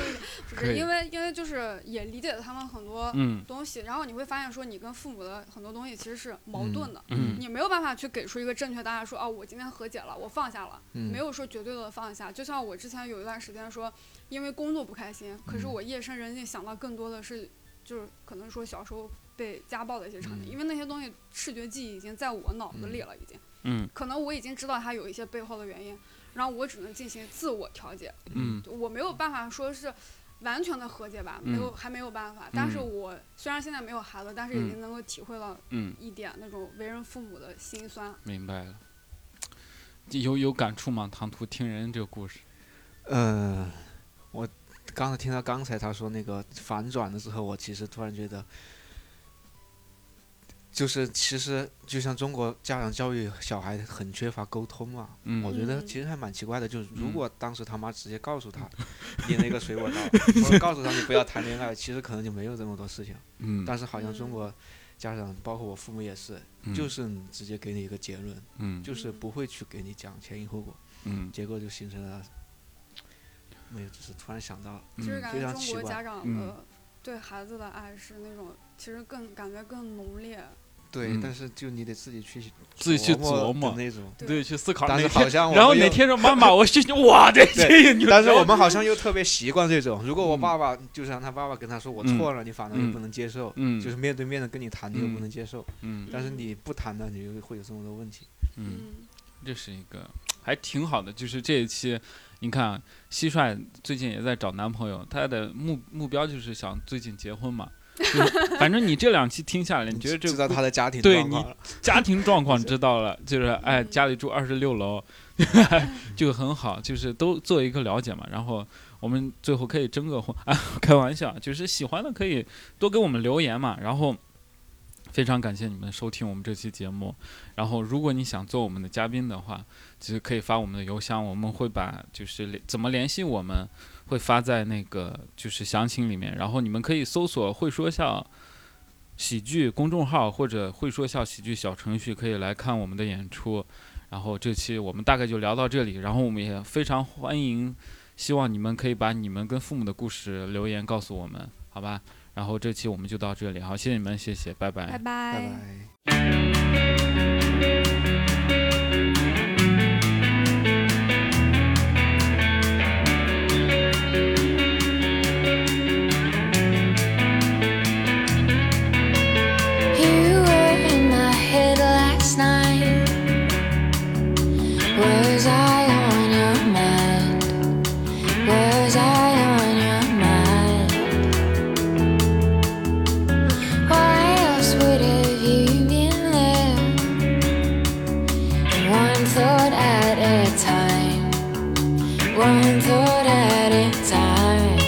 可
是
以
因为因为就是也理解了他们很多
嗯
东西，然后你会发现说你跟父母的很多东西其实是矛
嗯
盾的。
嗯
你没有办法去给出一个正确答案，说啊，我今天和解了，我放下了，
嗯
没有说绝对的放下。就像我之前有一段时间说，因为工作不开心，可
嗯
是我夜深人静想到更多的是，就是可能说小时候被家暴的一些场景，
嗯
因为那些东西视觉记忆已经在我脑子里了，已经，
嗯
可能我已经知道它有一些背后的原因，然后我只能进行自我调节，
嗯
我没有办法说是。完全的和解吧，
嗯
没有还没有办法。但是我虽然现在没有孩子，但是已经能够体会到
嗯，
一点那种为人父母的辛酸。
明白了。有有感触吗？唐突听人这个故事，
呃，我刚才听到刚才他说那个反转的时候，我其实突然觉得，就是其实就像中国家长教育小孩很缺乏沟通嘛，
嗯，
我觉得
嗯
其实还蛮奇怪的，就是如
嗯
果当时他妈直接告诉他，你那个水果刀，或者告诉他你不要谈恋爱，其实可能就没有这么多事情。
嗯，
但是好像
嗯
中国家长，包括我父母也是，就是直接给你一个结论，
嗯
就是
嗯
不会去给你讲前因后果，
嗯，
结果就形成了。没有，只是突然想到了，
就是
嗯
感
非
觉
常
中
奇
国
怪
家长
嗯
的对孩子的爱是那种，其实更感觉更浓烈。
对，
嗯
但是就你得自己去
自己去琢
琢
磨
的那 种。
对
对，去思考
但
哪
是
天
好像我
然后
们
哪
又
天说妈妈，我是我的这个，
但是我们好像又特别习惯这种。如果我
嗯
爸爸就是让他爸爸跟他说我
嗯
错了，你反而又不
嗯
能接受，
嗯
就是面对面的跟你谈，你又
嗯
不能接受；
嗯
但是
嗯
你不谈呢，你就会有这么多问题。
嗯，
嗯，
这是一个还挺好的，就是这一期，你看啊蟋蟀最近也在找男朋友，他的目目标就是想最近结婚嘛。就是反正你这两期听下来，你觉 得这
知道
个
他的家庭
对
状况
你
了
家庭状况知道了，就是哎，
嗯
家里住二十六楼， 就很好，就是都做一个了解嘛。然后我们最后可以征个婚，啊，开玩笑，就是喜欢的可以多给我们留言嘛。然后非常感谢你们收听我们这期节目。然后如果你想做我们的嘉宾的话，其实可以发我们的邮箱，我们会把就是联怎么联系我们会发在那个就是详情里面。然后你们可以搜索“会说笑”。喜剧公众号或者会说笑喜剧小程序可以来看我们的演出，然后这期我们大概就聊到这里，然后我们也非常欢迎，希望你们可以把你们跟父母的故事留言告诉我们，好吧？然后这期我们就到这里，好，谢谢你们，谢谢，拜拜。
拜
拜
拜。
拜。
You were in my head last night. Was I on your mind? Was I on your mind? Why else would have you been there? One thought at a time. One thought at a time.